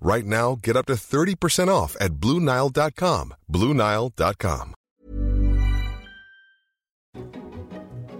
Right now, get up to 30% off at BlueNile.com. BlueNile.com.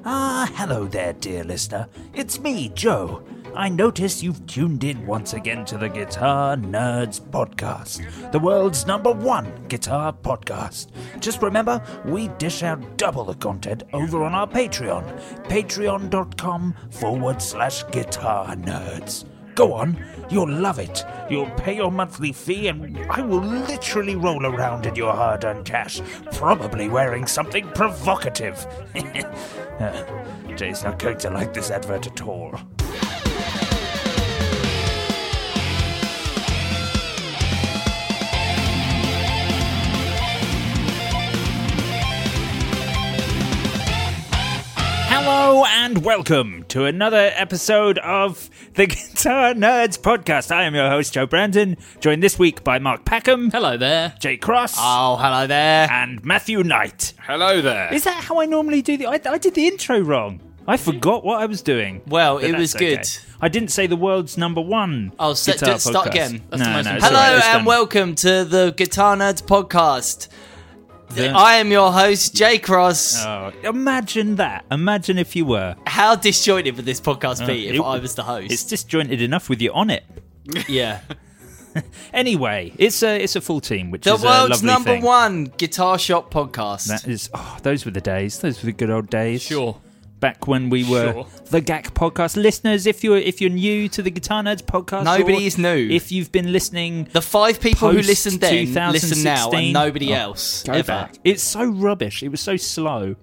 Ah, hello there, dear listener. It's me, Joe. I notice you've tuned in once again to the Guitar Nerds podcast, the world's number one guitar podcast. Just remember, we dish out double the content over on our Patreon, patreon.com forward slash guitar nerds. Go on, you'll love it. You'll pay your monthly fee, and I will literally roll around in your hard earned cash, probably wearing something provocative. Uh, Jay's not going to like this advert at all. Hello and welcome to another episode of the Guitar Nerds podcast. I am your host, Joe Brandon, joined this week by Mark Packham, Hello there. Jay Cross, Oh, hello there. and Matthew Knight. Hello there. Is that how I normally do the? I, I did the intro wrong. I forgot what I was doing. Well, But it that's was good. okay. I didn't say the world's number one. Oh, so, guitar do- start podcast. again. That's no, the most no, important. it's hello all right, it's and done. welcome to the Guitar Nerds podcast. The- I am your host, Jay Cross. Oh, imagine that. Imagine if you were. How disjointed would this podcast be if Uh, it- I was the host? It's disjointed enough with you on it. yeah. Anyway, it's a it's a full team, which The is a world's lovely number thing. one guitar shop podcast. That is. Oh, those were the days. Those were the good old days. Sure. Back when we were Sure. the GAC podcast listeners, if you're if you're new to the Guitar Nerds podcast, Nobody or is new. If you've been listening the five people who Post listened then listen now, 2016. and nobody Oh, else Go ever. back. It's so rubbish. It was so slow.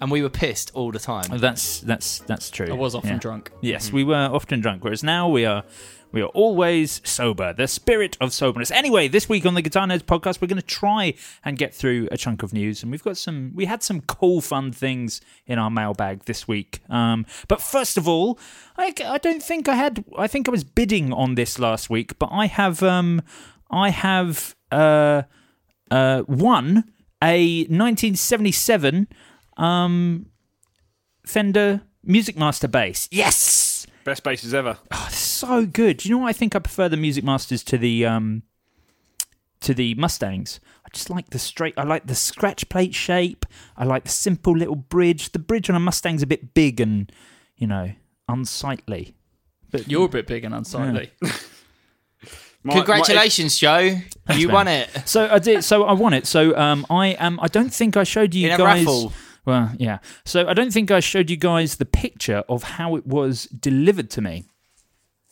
And we were pissed all the time. That's that's that's true. I was often Yeah. drunk. Mm-hmm. Yes, we were often drunk. Whereas now we are we are always sober. The spirit of soberness. Anyway, this week on the Guitar Nerds podcast, we're going to try and get through a chunk of news, and we've got some. We had some cool, fun things in our mailbag this week. Um, but first of all, I, I don't think I had. I think I was bidding on this last week, but I have. Um, I have. Uh, uh, won a 1977 um, Fender Music Master bass. Yes, Best bases ever. so good. Do you know what I think? I prefer the Music Masters to the um, to the Mustangs. I just like the straight. I like the scratch plate shape. I like the simple little bridge. The bridge on a Mustang's a bit big and you know unsightly. You're a bit big and unsightly. My- Congratulations, Joe. You won it. So I did. So I won it. So um, I am. I don't think I showed you In a guys. raffle. Well, yeah. So I don't think I showed you guys the picture of how it was delivered to me.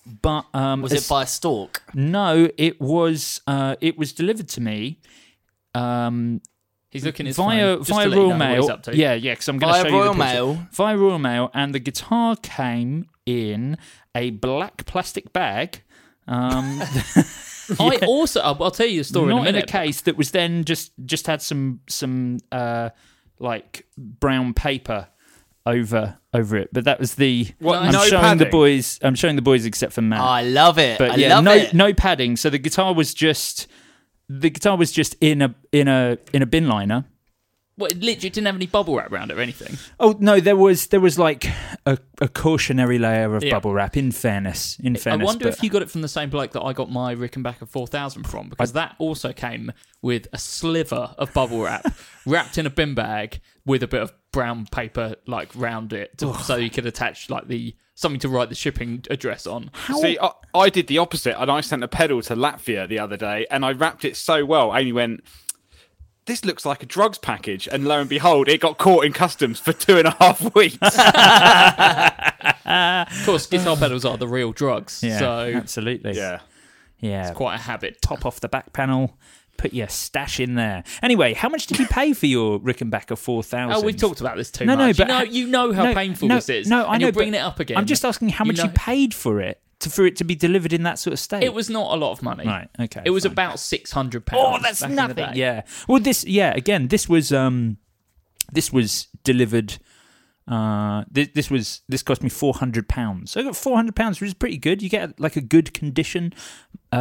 But um, Was as- it by a stalk? no, it was uh, it was delivered to me um, He's looking at his via phone, just via to let you Royal know what Mail. he's up to. Yeah, yeah. Because I'm going to Via show you the Royal picture. Mail? Via Royal Mail, and the guitar came in a black plastic bag. Um, I also, I'll, I'll tell you the story not in a minute. case that was then just just had some some uh like brown paper over over it but that was the What, i'm no showing the padding? boys i'm showing the boys except for matt I love it. but I yeah love no it. no padding so the guitar was just the guitar was just in a in a in a bin liner Well, it literally didn't have any bubble wrap around it or anything. Oh no, there was there was like a, a cautionary layer of Yeah. bubble wrap. In fairness, in fairness, I wonder but- if you got it from the same bloke that I got my Rickenbacker 4000 from, because that also came with a sliver of bubble wrap wrapped in a bin bag with a bit of brown paper like round it, to, so you could attach like the something to write the shipping address on. See, I, I did the opposite, and I sent a pedal to Latvia the other day, and I wrapped it so well. Amy went, this looks like a drugs package. And lo and behold, it got caught in customs for two and a half weeks. Of course, guitar pedals are the real drugs. Yeah, So absolutely. yeah. yeah. quite a habit. Top off the back panel. Put your stash in there. Anyway, how much did you pay for your Rickenbacker four thousand? Oh, we talked about this too No, no, much. but you know, ha- you know how no, painful no, this is. No, I and know. You're bringing but it up again. I'm just asking how You much you know- paid for it to, for it to be delivered in that sort of state. It was not a lot of money. Right, okay, It was fine. about six hundred Oh, pounds. that's back in the nothing. day. Yeah. Well, this. Yeah. Again, this was. Um, this was delivered. Uh, this, this was this cost me four hundred pounds. So I got four hundred pounds, which is pretty good. You get like a good condition,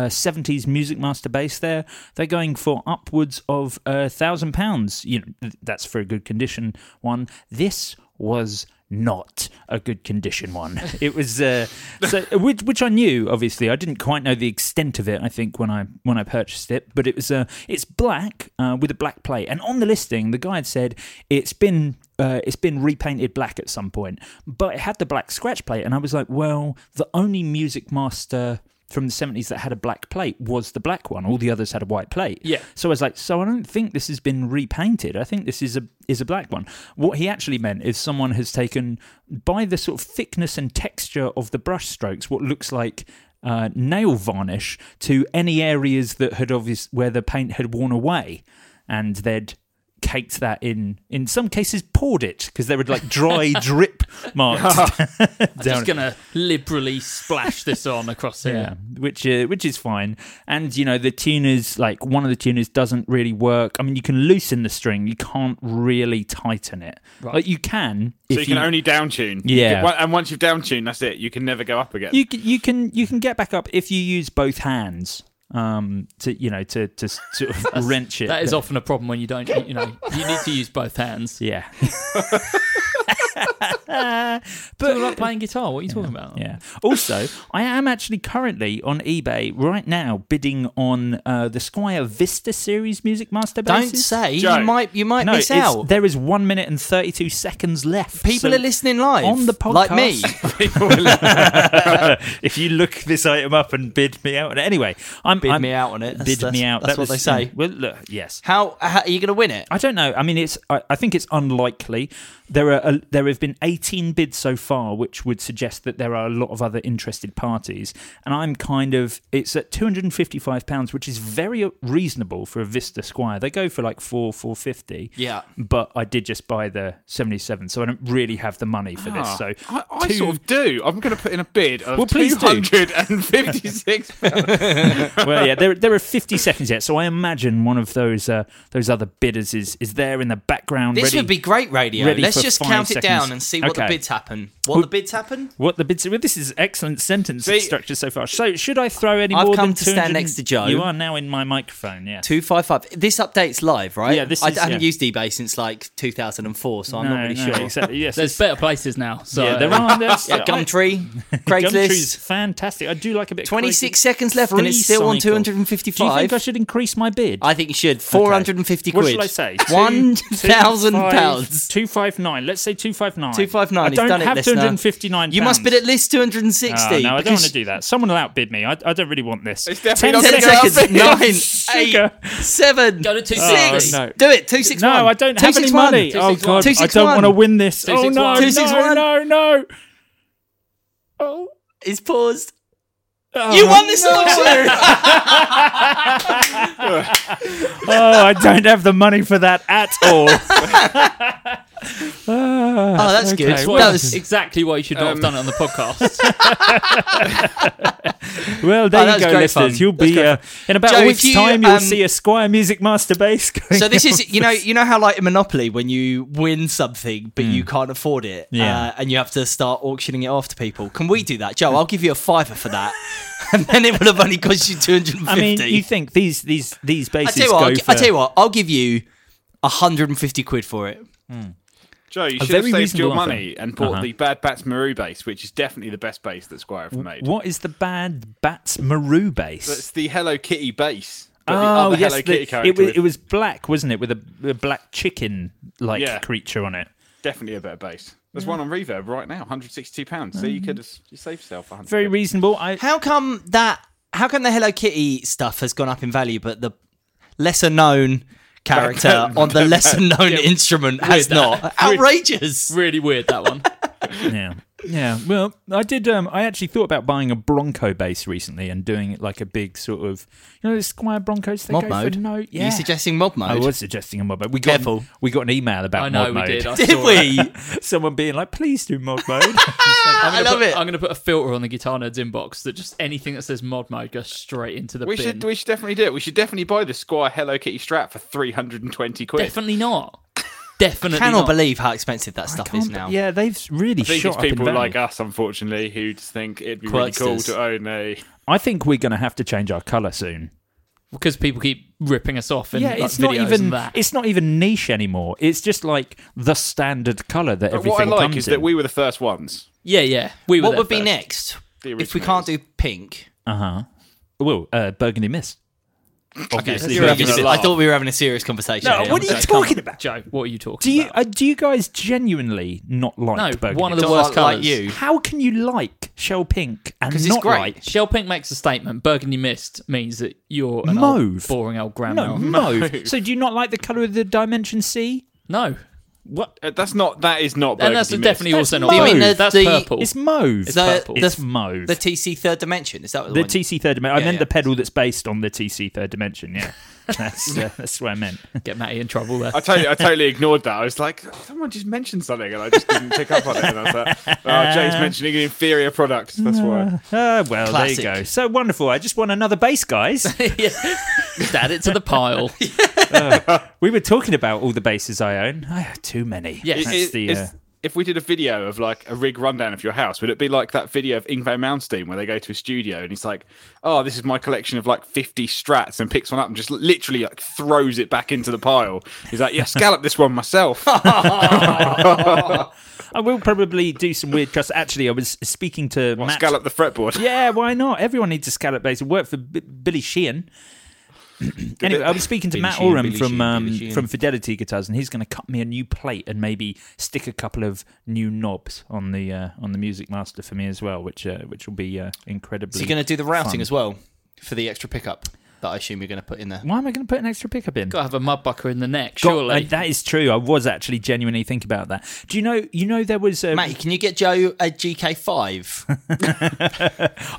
seventies Music Master bass. There, they're going for upwards of a thousand pounds. You know, th- that's for a good condition one. This was not a good condition one. It was uh, so which, which I knew obviously. I didn't quite know the extent of it. I think when I when I purchased it, but it was uh, it's black uh, with a black plate, and on the listing the guy had said it's been. Uh, it's been repainted black at some point, but it had the black scratch plate, and I was like, "Well, the only Music Master from the seventies that had a black plate was the black one. All the others had a white plate." Yeah. So I was like, so I don't think this has been repainted. I think this is a is a black one. What he actually meant is someone has taken by the sort of thickness and texture of the brush strokes what looks like uh, nail varnish to any areas that had obvious where the paint had worn away, and they'd caked that in in some cases poured it because there were like dry drip marks I'm just gonna liberally splash this on across here. yeah, which uh, which is fine. And you know the tuners, like one of the tuners doesn't really work. I mean, you can loosen the string, you can't really tighten it. Like you can, So you if can only downtune. You Yeah. can- and once you've downtuned, that's it. You can never go up again. you can, you can you can get back up if you use both hands. Um, to you know, to to s- sort of wrench it. That is often a problem when you don't, you know, you need to use both hands. yeah, But like playing guitar, what are you talking about? yeah. Also, I am actually currently on eBay right now bidding on uh, the Squire Vista Series Music Master Don't basses. say Joe. you might you might no, miss it's- out. there is one minute and thirty-two seconds left. People so- are listening live on the like me. if you look this item up and bid me out, anyway, I'm Bid I'm- me out on it. That's- bid that's- me out. that's That was- what they say. Well, look, yes. How, how are you going to win it? I don't know. I mean, it's. I, I think it's unlikely. There are a, there have been 18 bids so far, which would suggest that there are a lot of other interested parties. And I'm kind of. It's at 255 pounds, which is very reasonable for a Vista Squire. They go for like four, 450. Yeah. But I did just buy the 77, so I don't really have the money for Ah. this. So I, I two- sort of do. I'm going to put in a bid of Well, please do. 256 well, yeah, there, there are 50 seconds yet, so I imagine one of those uh, those other bidders is, is there in the background. This ready, would be great radio. ready Let's for just five count it seconds. down and see what the Okay. bids happen. What Well- the bids happen? What the bids? Well, this is excellent sentence See- structure so far. So, should I throw any I've more come than to stand 200? next to Joe. You are now in my microphone. Yeah. Two five five. This update's live, right? Yeah, this I is- haven't yeah. used eBay since like 2004, so I'm not really no, sure. Exactly. Yes. There's better places now. So yeah, there are. There's, Yeah, Gumtree, Gumtree's Craigslist. fantastic. I do like a bit. of 26 Craigslist. seconds left and Free it's still on cycle. 255. Do you think I should increase my bid? I think you should. 450 What quid. shall I say? One thousand pounds. Two five nine. Let's say two five nine. Two five nine. I don't done it, have listener. two hundred fifty nine. You must bid at least 260. Oh, no, I don't because want to do that. Someone will outbid me. I, I don't really want this. It's definitely Ten not seconds. Nine, Sugar. eight, seven. Go to two six. six. Oh, no. Do it. Two six one. No, I don't Two, have six, any one. money. Two, oh six, god, Two, six, I don't one. want to win this. Two, oh six, no, one. Two, six, no, one. no, no. Oh. It's paused. you won this auction. Oh, I don't have the money for that at all. Oh, that's good. That's That what- was, exactly why you should Um, not have done it on the podcast. Well, there Oh, that you was go, great listeners. fun. You'll That's be great uh, in about Joe, a if week's you, time. You'll um, see a Squire Music Master bass. Going so this on. is you know you know how like in Monopoly when you win something but you can't afford it Yeah. uh, and you have to start auctioning it off to people. Can we do that, Joe? I'll give you a fiver for that, and then it will have only cost you two hundred and I mean, you fifty. think these these these I bases tell you what, go I'll, gi- for? I tell you what, I'll give you hundred and fifty quid for it. Joe, you A should have very saved your reasonable offer. money and bought Uh-huh. the Bad Bats Maru base, which is definitely the best base that Squire have made. What is the bad Bats Maru bass? That's the Hello Kitty base. but the Oh other yes, Hello the- Kitty character. it was with it was black, wasn't it, with a, a black chicken like Yeah. creature on it. definitely a better base. There's one on Reverb right now, 162 pounds. So you could have you saved yourself 100. Mm. Very reasonable. I How come that? How come the Hello Kitty stuff has gone up in value, but the lesser known character on the lesser known instrument has that. not. Outrageous. Really weird that one. yeah. Yeah. Well, I did. Um, I actually thought about buying a Bronco bass recently and doing it like a big sort of, you know, the Squire Broncos. They Mob go mode. For no, Are yeah. you suggesting mob mode? I was suggesting a mob mode. We got Careful. we got an email about I know mod mode. we did. I Did saw it. we? Someone being like, "Please do mod mode." I'm gonna I love put, it. I'm going to put a filter on the Guitar Nerds inbox that just anything that says mod mode goes straight into the We bin. should we should definitely do it. We should definitely buy the Squire Hello Kitty strap for three hundred and twenty quid. Definitely not. Definitely cannot not. believe how expensive that stuff is now. yeah, they've really I think shot it's up in people value. like uh, us, unfortunately, who just think it'd be really cool Quirksters. to own a. I think we're going to have to change our color soon. because people keep ripping us off. And yeah, like, it's not videos and even that. it's not even niche anymore. It's just like the standard color that But everything Uh, what I like comes is in. that we were the first ones. yeah, yeah. We were What there would be first. next? The If we can't do pink, uh huh. Well, uh, burgundy mist. Obviously, We were having Burgundy a- Mist. I thought we were having a serious conversation. No, here. what are you Don't- talking about? Joe, what are you talking Do you about? uh, do you guys genuinely not like No, burgundy? one of the don't worst like colours. you. How can you like shell pink and 'Cause not it's great. like Shell Pink makes a statement. Burgundy mist means that you're an Mauve. old, boring old no grandma. mauve? So do you not like the color of the dimension C? No. What? Uh, That's not. That is not. and that's Burgundy Mist. definitely also not. Do you mean mauve. the- that's the- purple. It's mauve. It's The- purple. the- It's mauve. The TC third dimension is that what The one- TC third dimension. I Yeah, meant yeah. the pedal that's based on the TC third dimension. Yeah, that's uh, that's what I meant. Get Matty in trouble there. I totally, I totally ignored that. I was like, "Oh, someone just mentioned something, and I just didn't pick up on it. And I was like, oh, Jay's mentioning an inferior product. That's why. Ah, well, Classic. there you go. So wonderful. I just want another bass, guys. Yeah. Just add it to the pile. we were talking about all the bases I own. I have too many. Yes. that's It- the. it's- Uh, If we did a video of like a rig rundown of your house, would it be like that video of Ingvar Malmsteen where they go to a studio and he's like, "Oh, this is my collection of like 50 strats," and picks one up and just literally like throws it back into the pile. He's like, "Yeah, scallop this one myself." I will probably do some weird cuss. Actually, I was speaking to What, Matt. scallop the fretboard. Yeah, why not? Everyone needs a scallop base. It worked for B- Billy Sheehan. anyway, I was speaking to Billy Matt Sheehan, Oram Billy from Sheehan, um, Billy Sheehan. from Fidelity Guitars, and he's going to cut me a new plate and maybe stick a couple of new knobs on the uh, on the Music Master for me as well, which uh, which will be uh, incredibly. So you're going to do the routing fun. as well for the extra pickup that I assume you're going to put in there. Why am I going to put an extra pickup in? Gotta have a mudbucker in the neck, Got- surely. uh, that is true. I was actually genuinely thinking about that. Do you know? You know, there was. um, A, Matty, can you get Joe a GK5?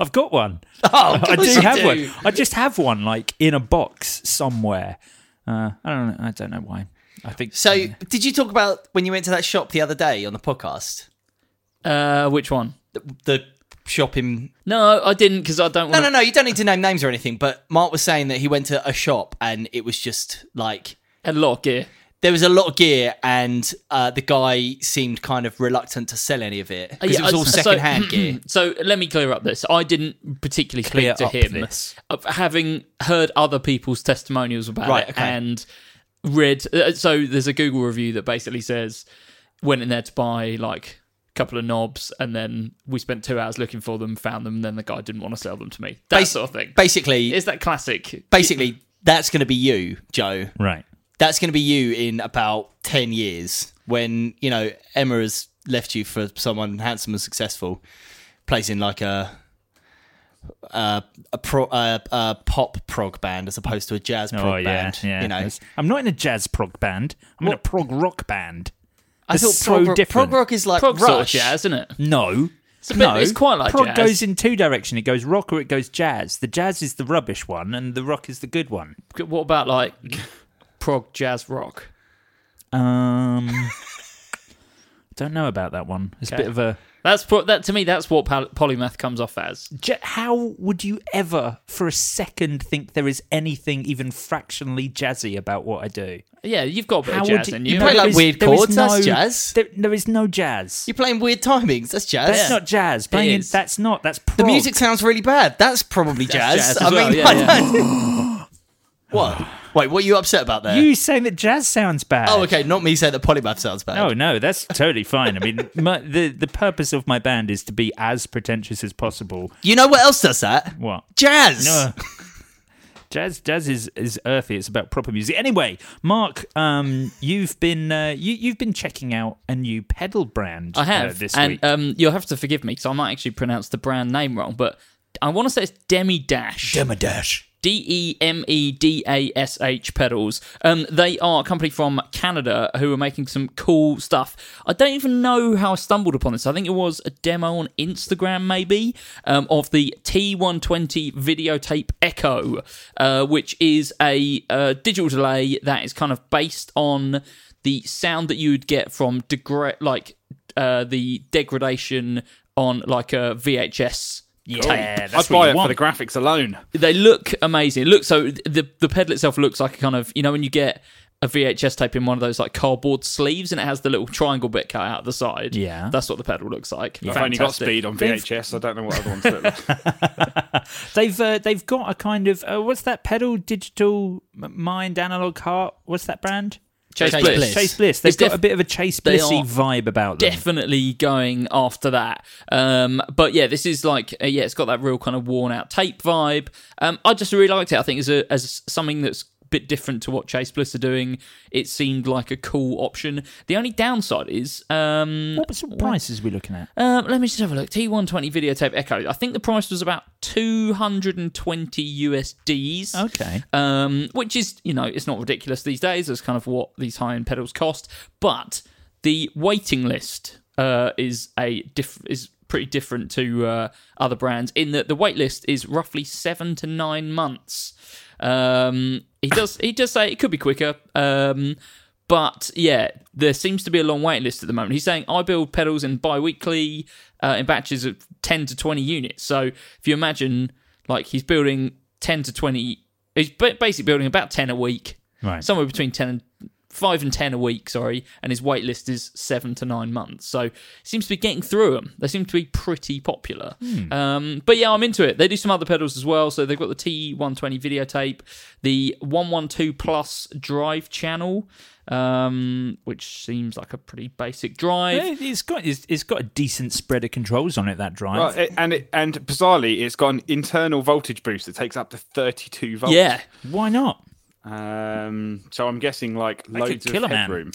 I've got one. Oh, I do you have one. I just have one like in a box somewhere. Uh, I don't. know- I don't know why. I think So, did you talk about when you went to that shop the other day on the podcast? uh, which one? The, the shop in. No, I didn't because I don't No, want no, no. You don't need to name names or anything, but Mark was saying that he went to a shop and it was just like. a lot of gear. There was a lot of gear, and uh, the guy seemed kind of reluctant to sell any of it because Uh, Yeah, it was I- all so- mm-hmm. secondhand gear. So let me clear up this. I didn't particularly Clear speak to up him, this. Of having heard other people's testimonials about Right, it okay. and read. uh, So there's a Google review that basically says went in there to buy like a couple of knobs, and then we spent two hours looking for them, found them, and then the guy didn't want to sell them to me. That Bas- sort of thing. Basically, It's that classic. basically, that's going to be you, Joe. Right. that's going to be you in about 10 years when you know emma has left you for someone handsome and successful plays in like a a, a, pro, a, a pop prog band as opposed to a jazz prog Oh yeah, band yeah. you know That's- I'm not in a jazz prog band. I'm in a prog rock band. i It's thought so prog, rock- different. prog rock is like Prog rush sort of jazz, isn't it? No. a bit- no, it's quite like prog jazz. goes in two direction. It goes rock or it goes jazz. The jazz is the rubbish one, and the rock is the good one. What about like prog jazz rock? Um, don't know about that one. It's Okay. a bit of a. That's pro- that to me. That's what pal- polymath comes off as. J- How would you ever, for a second, think there is anything even fractionally jazzy about what I do? Yeah, you've got a bit How of would jazz in you you. know, play there like is- weird there is chords, that's no- jazz. There, there is no jazz. you're playing weird timings that's jazz That's not jazz. Playing in- is. that's not. That's prog. the music sounds really bad that's probably jazz, jazz as i well, mean yeah, I yeah. don't- what wait what are you upset about there You saying that jazz sounds bad? oh okay not me saying that polymath sounds bad Oh no, that's totally fine. I mean, my, the the purpose of my band is to be as pretentious as possible. you know what else does that What? jazz No. uh, Jazz, jazz is, is earthy. It's about proper music. Anyway, Mark, um, you've been uh, you you've been checking out a new pedal brand. I uh, have this and week. um, you'll have to forgive me because I might actually pronounce the brand name wrong, but I want to say it's Demi Dash. Demi Dash. D E M E D A S H pedals. Um, they are a company from Canada who are making some cool stuff. I don't even know how I stumbled upon this. I think it was a demo on Instagram, maybe, um, of the T120 videotape Echo, uh, which is a uh, digital delay that is kind of based on the sound that you would get from degra- like uh, the degradation on like a VHS tape. that's I'd what buy you it want. for the graphics alone. They look amazing. It looks so the the pedal itself looks like a kind of you know when you get a VHS tape in one of those like cardboard sleeves and it has the little triangle bit cut out the side. Yeah. that's what the pedal looks like. I've only got Fantastic. speed on VHS. I don't know what other ones look like. They've uh, they've got a kind of uh, what's that pedal digital m- mind analog heart? What's that brand? Chase, Chase Bliss. Bliss. Chase Bliss. They've It's got def- a bit of a Chase they Blissy are vibe about them. definitely going after that. Um, but yeah, this is like uh, yeah, it's got that real kind of worn out tape vibe. Um, I just really liked it. I think as a, as something that's a bit different to what Chase Bliss are doing, it seemed like a cool option. The only downside is um, what sort of prices are we looking at? um, let me just have a look. T120 videotape Echo. I think the price was about 220 USDs. Okay. Um, which is, you know, it's not ridiculous these days. That's kind of what these high end pedals cost. But the waiting list uh, is a diff- is pretty different to uh, other brands in that the wait list is roughly seven to nine months. Um, he does he does say it could be quicker. Um, but yeah, there seems to be a long wait list at the moment. He's saying I build pedals in bi-weekly uh, in batches of 10 to 20 units. So if you imagine like he's building 10 to 20 he's ba- basically building about 10 a week. Right. Somewhere between 10 and 5 and 10 a week, sorry, and his wait list is 7 to 9 months. So seems to be getting through them. They seem to be pretty popular. Um, but yeah, I'm into it. They do some other pedals as well. So they've got the T120 videotape, the 112 Plus drive channel, um, which seems like a pretty basic drive. Yeah, It's got it's, it's got a decent spread of controls on it. That drive. Well, it- and it, and bizarrely, it's got an internal voltage boost that takes up to 32 volts. Yeah, Why not? Um, so I'm guessing like loads kill a of man. headroom.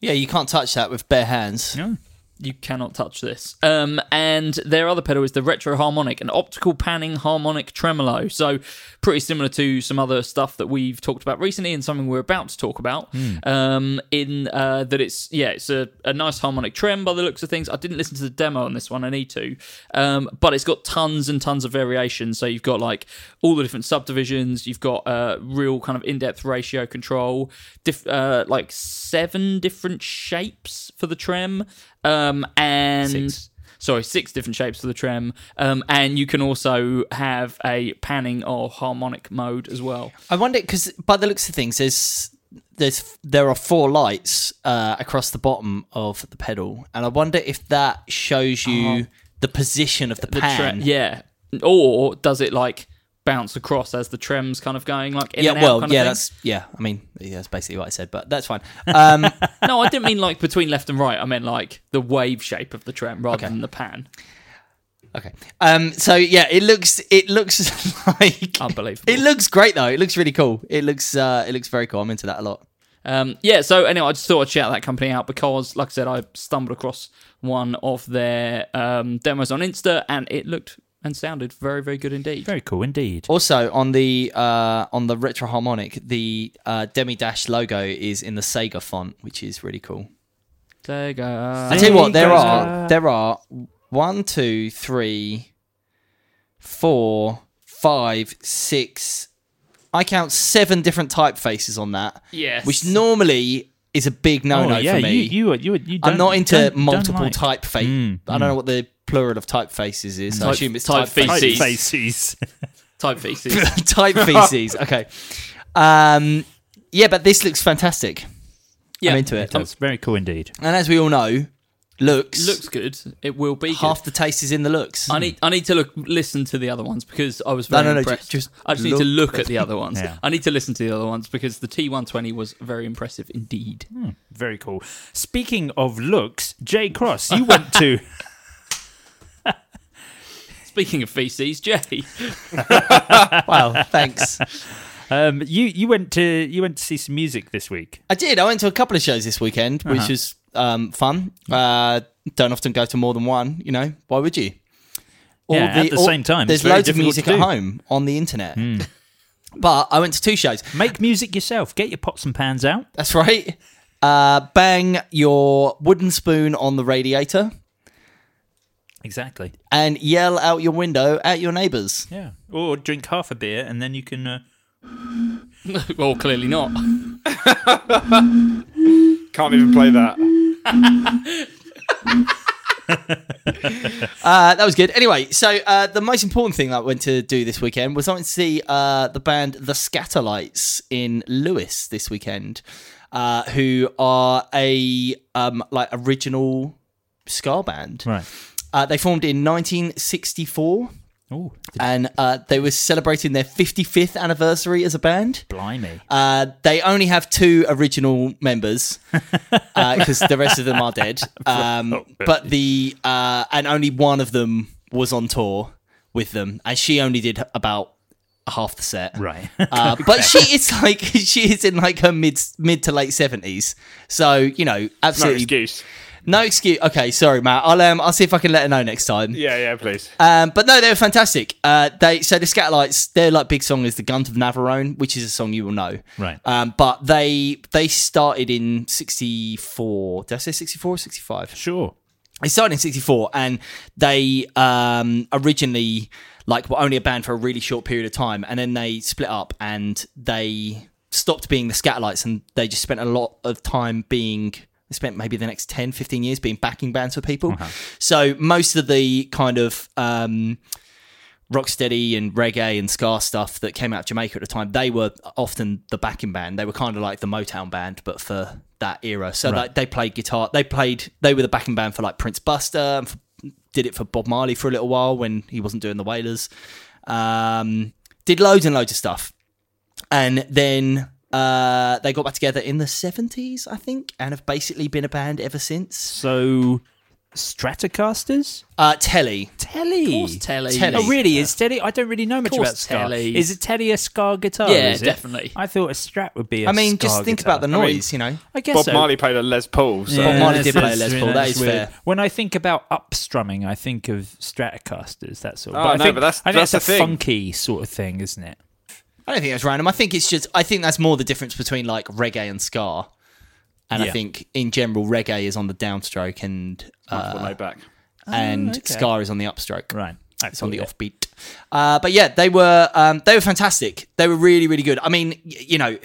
Yeah, you can't touch that with bare hands. No. you cannot touch this. Um, and their other pedal is the Retro Harmonic, an optical panning harmonic tremolo. So, pretty similar to some other stuff that we've talked about recently, and something we're about to talk about. Um, in uh, that it's yeah, it's a, a nice harmonic trem by the looks of things. I didn't listen to the demo on this one. I need to, um, but it's got tons and tons of variations. So you've got like all the different subdivisions. You've got uh, real kind of in-depth ratio control. Diff- uh, like seven different shapes for the trem, um, and sorry, six different shapes for the trem. Um, and you can also have a panning or harmonic mode as well. I wonder because by the looks of things, there's there's there are four lights uh, across the bottom of the pedal, and I wonder if that shows you the position of the, Uh-huh. The tre- pan. yeah. Or does it like bounce across as the trem's kind of going like in Yeah, and out well, kind of yeah, thing? that's yeah. I mean, yeah, that's basically what I said, but that's fine. Um, no, I didn't mean like between left and right. I meant like the wave shape of the tram rather than the pan. okay, um, so yeah, it looks it looks like Unbelievable. It looks great though. It looks really cool. It looks uh, it looks very cool. I'm into that a lot. Um, yeah, so anyway, I just thought I'd shout that company out because, like I said, I stumbled across one of their um, demos on Insta and it looked and sounded very, very good indeed. Very cool indeed. Also on the uh, on the retro harmonic, the uh, Demi Dash logo is in the Sega font, which is really cool. There you go. I tell you what, there Sega. are there are one, two, three, four, five, six. I count seven different typefaces on that. Yes. which normally is a big no-no Oh, yeah, for me. you you are- you, are- you I'm don't- not into don't- don't multiple like- Mm, typeface. I don't know what the plural of typefaces is. I Type- assume it's typefaces. typefaces. Feces. typefaces. Typefaces. typefaces. Okay. Um, yeah, but this looks fantastic. yeah. Um, I'm into it. That's very cool indeed. And as we all know, looks, Looks good. It will be half good. the taste is in the looks. I need I need to look listen to the other ones because I was very no, no, ju- impressed. just I just need to look at the other ones. Yeah. I need to listen to the other ones because the T120 was very impressive indeed. Very cool. Speaking of looks, Jay Cross, you went to Speaking of feces, Jay, wow, thanks. um, you you went to you went to see some music this week. I did. I went to a couple of shows this weekend, which Uh-huh. was um, fun. Uh, don't often go to more than one. You know, why would you? All Yeah, at the same time, There's it's very loads of difficult to music at do. Hmm. home on the internet. But I went to two shows. Make music yourself. Get your pots and pans out. That's right. Uh, bang your wooden spoon on the radiator Exactly. and yell out your window at your neighbours. Yeah. Or drink half a beer and then you can. Uh, well, clearly not. Can't even play that. Uh, that was good. Anyway, so uh, the most important thing that I went to do this weekend was I went to see uh, the band The Scatterlights in Lewis this weekend, uh, who are a um, like original ska band. right. Uh, they formed in 1964. Oh, and uh, they were celebrating their 55th anniversary as a band. blimey. Uh, they only have two original members because the rest of them are dead. Oh, Um, but the uh, and only one of them was on tour with them, and she only did about half the set. Right. Uh, but she is like she is in like her mid mid to late seventies, so you know No absolutely excuse. no excuse. Okay, sorry, Matt. I'll um, I'll see if I can let her know next time. Yeah, yeah, please. Um, but no, they were fantastic. Uh, they so the Scatlights, their like big song is the Guns of Navarone, which is a song you will know. Right. Um, but they they started in '64. Did I say '64 or '65? sure. They started in '64, and they um, originally like were only a band for a really short period of time, and then they split up and they stopped being the Scatlights, and they just spent a lot of time being. They spent maybe the next 10, 15 years being backing bands for people. So most of the kind of um, rocksteady and reggae and ska stuff that came out of Jamaica at the time, they were often the backing band. They were kind of like the Motown band, but for that era. So like, they played guitar. They played. They were the backing band for like Prince Buster and for, did it for Bob Marley for a little while when he wasn't doing the Wailers. Um, did loads and loads of stuff, and then. Uh, they got back together in the 70s, I think, and have basically been a band ever since. So, Stratocasters? Uh, Telly. Telly. Of course, telly. Telly. Oh, really? Is Telly? I don't really know much Of course about Scar. Telly. Is it Telly a Scar guitar? Yeah, is it? definitely. I thought a Strat would be a I mean, Scar just think guitar. about the noise, you know. I guess Bob so. Marley played a Les Paul. So. Bob Yeah, Marley that's- did play that's Les really- Paul, that that's is weird. fair. When I think about upstrumming, I think of Stratocasters. That's all. Oh, I no, think, but that's- I think that's that's the a thing. funky sort of thing, isn't it? I don't think that's random. I think it's just I think that's more the difference between like reggae and ska. And I Yeah. think in general reggae is on the downstroke and uh, Wonderful laid back. and ska is on the upstroke. Right. It's on the offbeat. Uh, but yeah, they were um, they were fantastic. They were really really good. I mean, y- you know,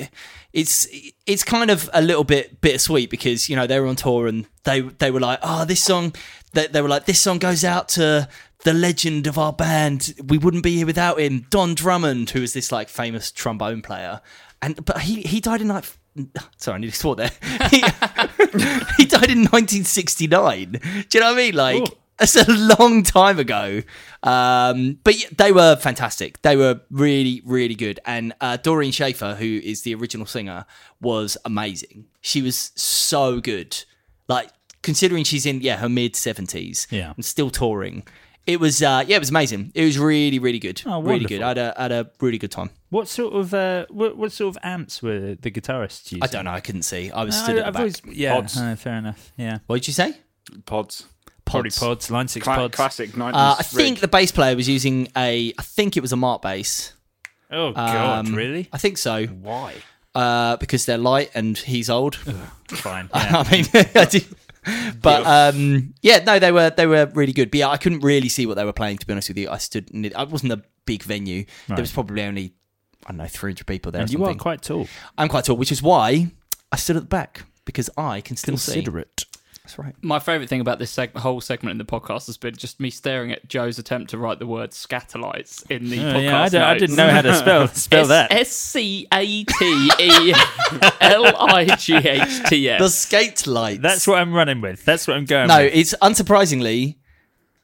it's it's kind of a little bit bittersweet because you know they were on tour and they they were like, oh, this song. They, they were like, this song goes out to the legend of our band. We wouldn't be here without him, Don Drummond, who is this like famous trombone player. And but he he died in like. Sorry, I nearly swore there. He, he died in 1969. Do you know what I mean? Like, that's a long time ago. Um, but yeah, they were fantastic. They were really, really good. And uh, Doreen Schaefer, who is the original singer, was amazing. She was so good. Like, considering she's in, yeah, her mid 70s Yeah. and still touring. It was, uh, yeah, it was amazing. It was really, really good. Oh, really wonderful. good. I had a, I had a really good time. What sort of uh, what, what sort of amps were the guitarists using? I don't know. I couldn't see. I was stood I, at the have back. always yeah. Pods. uh, fair enough. Yeah. What did you say? Pods. Probably Pods. pods. Line six Cla- pods. Classic 90s. Uh, I think rig. the bass player was using a, I think it was a Mark bass. Oh God, Um, really? I think so. Why? Uh, because they're light and he's old. Fine. Yeah. I mean, I do. But um, yeah, no, they were they were really good. But yeah, I couldn't really see what they were playing. To be honest with you, I stood. In it. I wasn't a big venue. There was probably only I don't know three hundred people there. or And you are something. quite tall. I'm quite tall, which is why I stood at the back because I can still see. Considerate. That's right. My favourite thing about this seg- whole segment in the podcast has been just me staring at Joe's attempt to write the word scatterlights in the Oh, podcast. yeah, I, don't, I notes. didn't know how to spell spell that. S C A T E L I G H T The S. skate lights. That's what I'm running with. That's what I'm going. No, with. it's unsurprisingly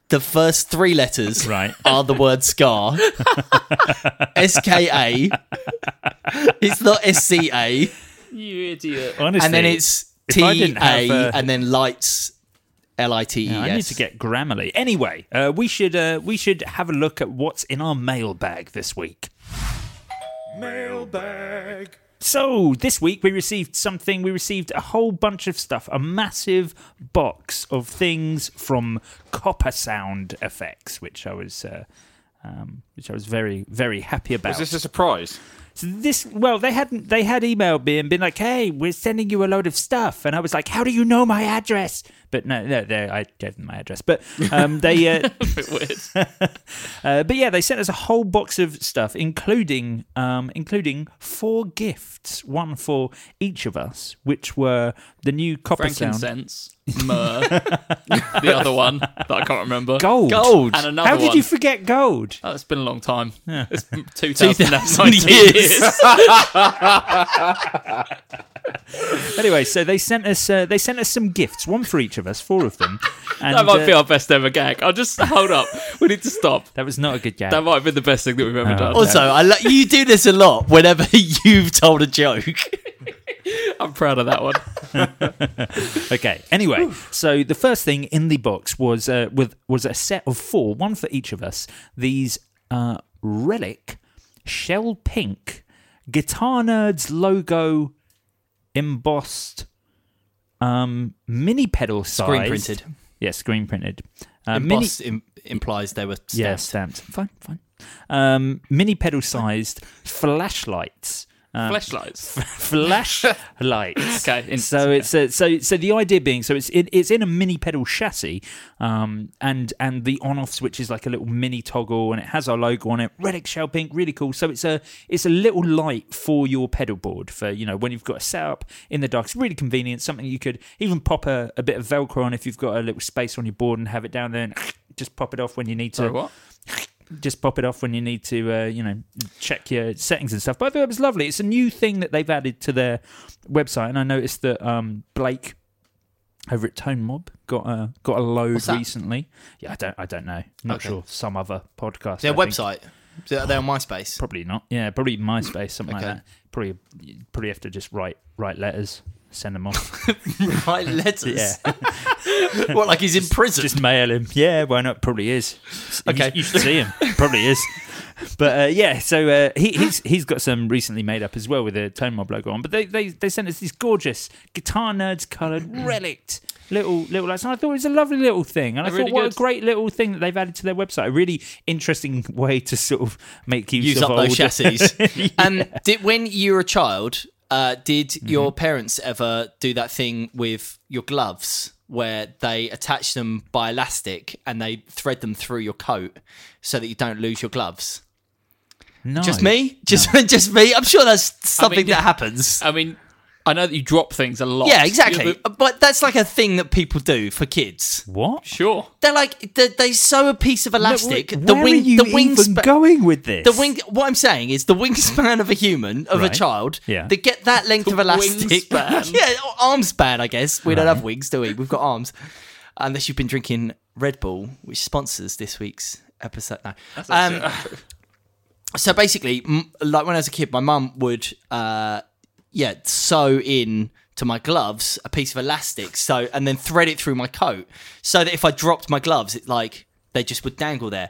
the first three letters Right. are the word scar. S K A. It's not S C A. You idiot. honestly. and then it's if T I A didn't have, uh, and then lights L I T E Yeah, S. I need to get Grammarly. Anyway, uh, we should uh, we should have a look at what's in our mailbag this week. Mailbag. So this week we received something. We received a whole bunch of stuff, a massive box of things from Copper Sound Effects, which I was, uh, um, which I was very very happy about. Is this a surprise? So this, well, they hadn't. They had emailed me and been like, "Hey, we're sending you a load of stuff," and I was like, "How do you know my address?" But no, no, they, I gave them my address. But um, they, uh, bit weird. uh, but yeah, they sent us a whole box of stuff, including um, including four gifts, one for each of us, which were the new copper sound Frankincense, myrrh, the other one that I can't remember. gold. Gold. And another How did one. you forget gold? Oh, it's been a long time. It's thousand 2019 years. Anyway, so they sent us uh, they sent us some gifts, one for each of us, four of them. And, That might uh, be our best ever gag. I'll just hold up. We need to stop. that was not a good gag. That might have been the best thing that we've ever Oh, done. Also, I lo- you do this a lot whenever you've told a joke. I'm proud of that one. Okay. Anyway, so the first thing in the box was uh, with was a set of four, one for each of us. These uh, relic shell pink guitar nerds logo embossed um, mini pedal size Screen printed. Yeah, screen printed. Uh, mini- Embossed im- implies they were stamped. yeah, stamped. Fine, fine. Um, mini pedal sized flashlights. Um, Flashlights. flashlights. Okay, in- so it's a, so so the idea being so it's it, it's in a mini pedal chassis, um, and and the on off switch is like a little mini toggle, and it has our logo on it, relic shell pink, really cool. So it's a it's a little light for your pedal board for you know when you've got a setup in the dark. It's really convenient. Something you could even pop a, a bit of Velcro on if you've got a little space on your board and have it down there and. Just pop it off when you need to Sorry, what? just pop it off when you need to, uh, you know, check your settings and stuff. But I thought it was lovely. It's a new thing that they've added to their website, and I noticed that um, Blake over at Tone Mob got a got a load that? recently. Yeah, I don't, I don't know, not Okay. sure. Some other podcast, Their I think. website. They're they're on MySpace. probably not. Yeah, probably MySpace, something Okay. like that. Probably, you probably have to just write write letters, send them off. Right letters. yeah, what, like he's in prison? just mail him. Yeah, why not? Probably is. Okay. you, you should see him. Probably is. But uh, yeah, so uh, he, he's he's got some recently made up as well with a Tone Mob logo on. But they, they they sent us these gorgeous guitar nerds coloured Mm. relict little little lights, and I thought it was a lovely little thing. And I They're really thought, what good. a great little thing that they've added to their website. A really interesting way to sort of make use, Use of up old those chassis. And Um, did, when you were a child, uh, did Mm-hmm. your parents ever do that thing with your gloves where they attach them by elastic and they thread them through your coat so that you don't lose your gloves? No. Just me? Just just me? I'm sure that's something mean- that happens. I mean, I know that you drop things a lot. yeah, exactly. You're the- But that's like a thing that people do for kids. What? Sure. They're like they, they sew a piece of elastic. Where the are wing, you the wingspan. even going with this? the wing. What I'm saying is the wingspan of a human, of a Right. child. Yeah. They get that length of elastic. wingspan. yeah, or arm span. I guess we don't have wings, do we? We've got arms. Unless you've been drinking Red Bull, which sponsors this week's episode. No. Um, so basically, m- like when I was a kid, my mum would, uh, yeah, sew in to my gloves a piece of elastic, so and then thread it through my coat, so that if I dropped my gloves, it like they just would dangle there.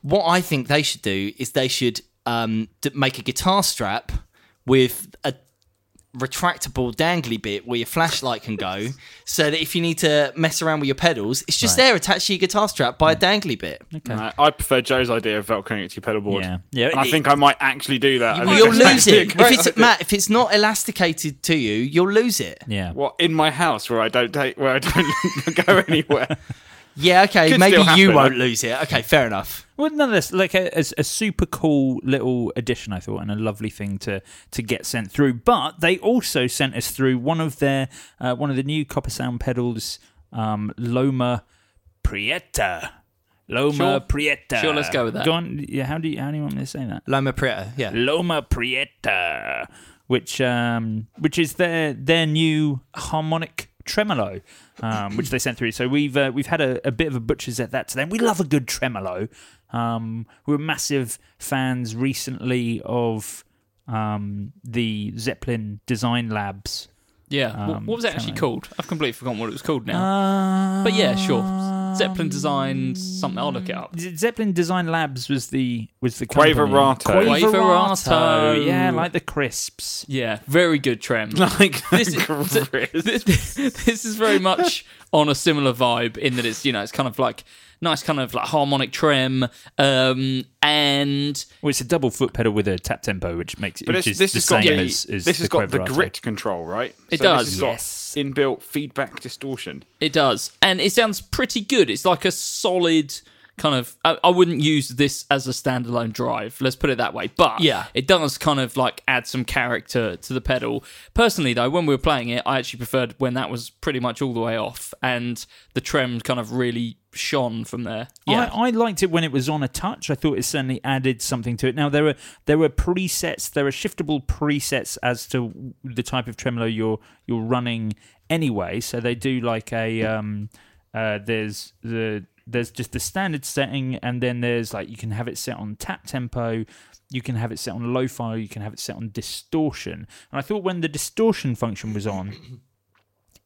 What I think they should do is they should um, d- make a guitar strap with a retractable dangly bit where your flashlight can go, so that if you need to mess around with your pedals, it's just there attached to your guitar strap by a dangly bit. No, Uh, I prefer Joe's idea of velcroing it to your pedal board. Yeah. Yeah, And I it- think I might actually do that. I think You'll that's lose actually a it great if it's idea. Matt. If it's not elasticated to you, you'll lose it. Yeah. What in my house where I don't take where I don't go anywhere? Yeah, okay. Could maybe still happen. you won't lose it. Okay, fair enough. Well, nonetheless, like a, a, a super cool little addition, I thought, and a lovely thing to to get sent through. But they also sent us through one of their uh, one of the new Copper Sound pedals, um, Loma Prieta. Loma Sure. Prieta. Sure, let's go with that. Go on. Yeah, how do you how do you want me to say that? Loma Prieta. Yeah. Loma Prieta, which um, which is their their new harmonic tremolo, um, which they sent through. So we've uh, we've had a, a bit of a butcher's at that today. And we love a good tremolo. Um, we were massive fans recently of um, the Zeppelin Design Labs. Yeah. Wh- Um, what was it actually something. called? I've completely forgotten what it was called now. but yeah, sure. Uh, Zeppelin designed something. I'll look it up. Z- Zeppelin Design Labs was the was the company. Quaverato. Quaverato. yeah, like the crisps. Yeah, very good trem. Like this is, this, this is very much on a similar vibe in that it's you know it's kind of like nice kind of like harmonic trim, um, and Well, it's a double foot pedal with a tap tempo, which makes it But which this, is this the has got same the, as, as this has got the Quebrato. grit control, right? It This does, has got yes. Inbuilt feedback distortion. It does, and it sounds pretty good. It's like a solid kind of. I, I wouldn't use this as a standalone drive. Let's put it that way. But Yeah. it does kind of like add some character to the pedal. Personally, though, when we were playing it, I actually preferred when that was pretty much all the way off, and the trem kind of really shone from there. I, I liked it when it was on a touch. I thought it certainly added something to it. Now there are there are presets, there are shiftable presets as to the type of tremolo you're you're running anyway. So they do like a um, uh, there's the there's just the standard setting, and then there's like you can have it set on tap tempo, you can have it set on lo-fi, you can have it set on distortion. And I thought when the distortion function was on,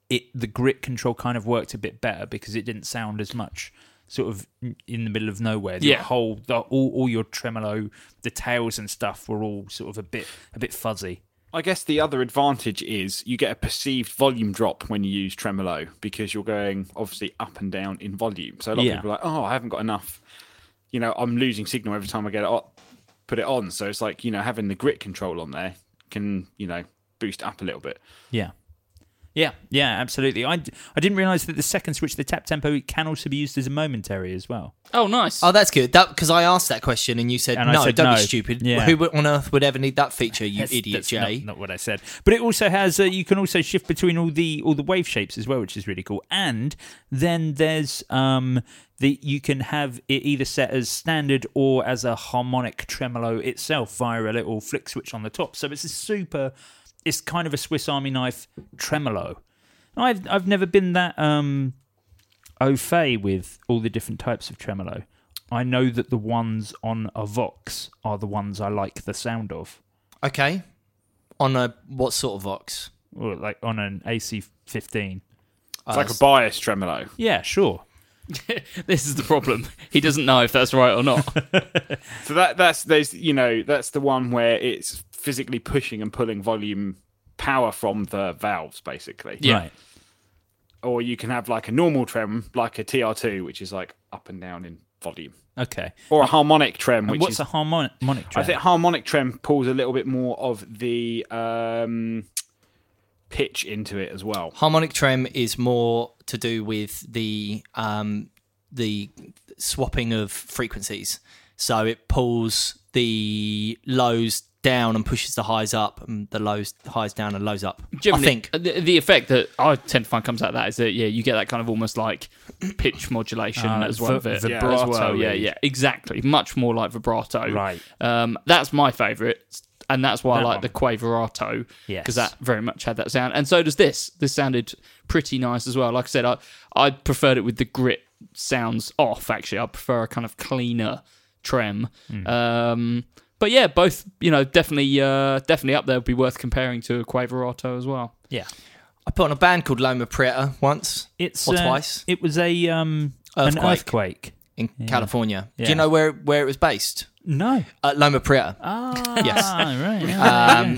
it the grit control kind of worked a bit better because it didn't sound as much sort of n- in the middle of nowhere. The Yeah. whole the, all, all your tremolo, the tails and stuff were all sort of a bit a bit fuzzy. I guess the other advantage is you get a perceived volume drop when you use tremolo because you're going obviously up and down in volume. So a lot Yeah. of people are like, oh, I haven't got enough. You know, I'm losing signal every time I get it up, put it on. So it's like you know having the grit control on there can you know boost up a little bit. Yeah. Yeah, yeah, absolutely. I, d- I didn't realize that the second switch, the tap tempo, it can also be used as a momentary as well. oh, nice. Oh, that's good. That because I asked that question and you said And I no. said don't be no. stupid. Yeah. Who would- on earth would ever need that feature? You That's- idiot, that's Jay. Not, not what I said. But it also has uh, you can also shift between all the all the wave shapes as well, which is really cool. And then there's um the you can have it either set as standard or as a harmonic tremolo itself via a little flick switch on the top. So it's a super. It's kind of a Swiss Army knife tremolo. I've I've never been that um au fait with all the different types of tremolo. I know that the ones on a Vox are the ones I like the sound of. Okay. On a what sort of Vox? or like on an AC 15. It's like a bias tremolo. Yeah, sure. this is the problem. He doesn't know if that's right or not. So that that's there's you know that's the one where it's physically pushing and pulling volume power from the valves basically. Yeah. Right. Or you can have like a normal trem, like a TR2, which is like up and down in volume, Okay. or a harmonic trem, which What's is a harmonic, harmonic I trend? think harmonic trem pulls a little bit more of the um, pitch into it as well. Harmonic trem is more to do with the um, the swapping of frequencies. So it pulls the lows down and pushes the highs up, and the lows highs down and lows up. I Generally, uh, think. the, the effect that I tend to find comes out of that is that yeah, you get that kind of almost like pitch modulation Ah, as well. vi- of it, vibrato as well. Yeah, really. yeah, exactly. Much more like vibrato. Right. Um, that's my favourite, and that's why That I like one. the quaverato. Yes. Because that very much had that sound, and so does this. This sounded pretty nice as well. Like I said, I I preferred it with the grit sounds off. Actually, I prefer a kind of cleaner trem. Um, but yeah, both you know definitely uh, definitely up there. Would be worth comparing to a quaverato as well. yeah. I put on a band called Loma Prieta once It's or uh, twice It was a um an Earthquake. earthquake. in California. Do Yeah. you know where where it was based? No. At Loma Prieta. Ah, Yes. right. Um,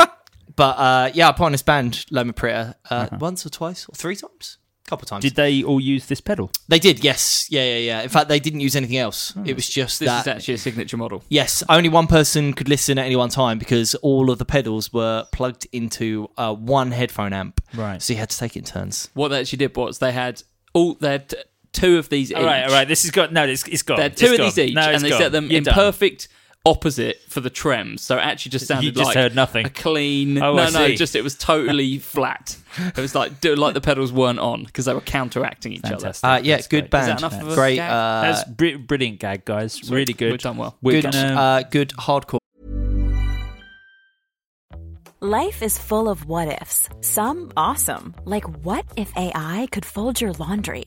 but uh, yeah, I put on this band Loma Prieta uh, Uh-huh. once or twice or three times, a couple times. Did they all use this pedal? They did, yes. Yeah, yeah, yeah. In fact, they didn't use anything else. It was just This is that. actually a signature model. yes, only one person could listen at any one time because all of the pedals were plugged into uh, one headphone amp. Right. So you had to take it in turns. What they actually did was they had all they had two of these. All right, each. all right. This has got no. It's, it's gone. They had two It's of gone. these each, No, it's and they gone. set them You're in done. perfect opposite for the trem. So it actually just sounded just like heard nothing. a clean. Oh, no, I no, see. just it was totally flat. It was like do, like the pedals weren't on because they were counteracting each Fantastic. Uh, yeah, That's good great. band. enough of a Great, gag? uh, That's br- brilliant gag, guys. really good. um, we've done well. We're good, gonna- uh, good hardcore Life is full of what ifs. Some awesome, like what if AI could fold your laundry?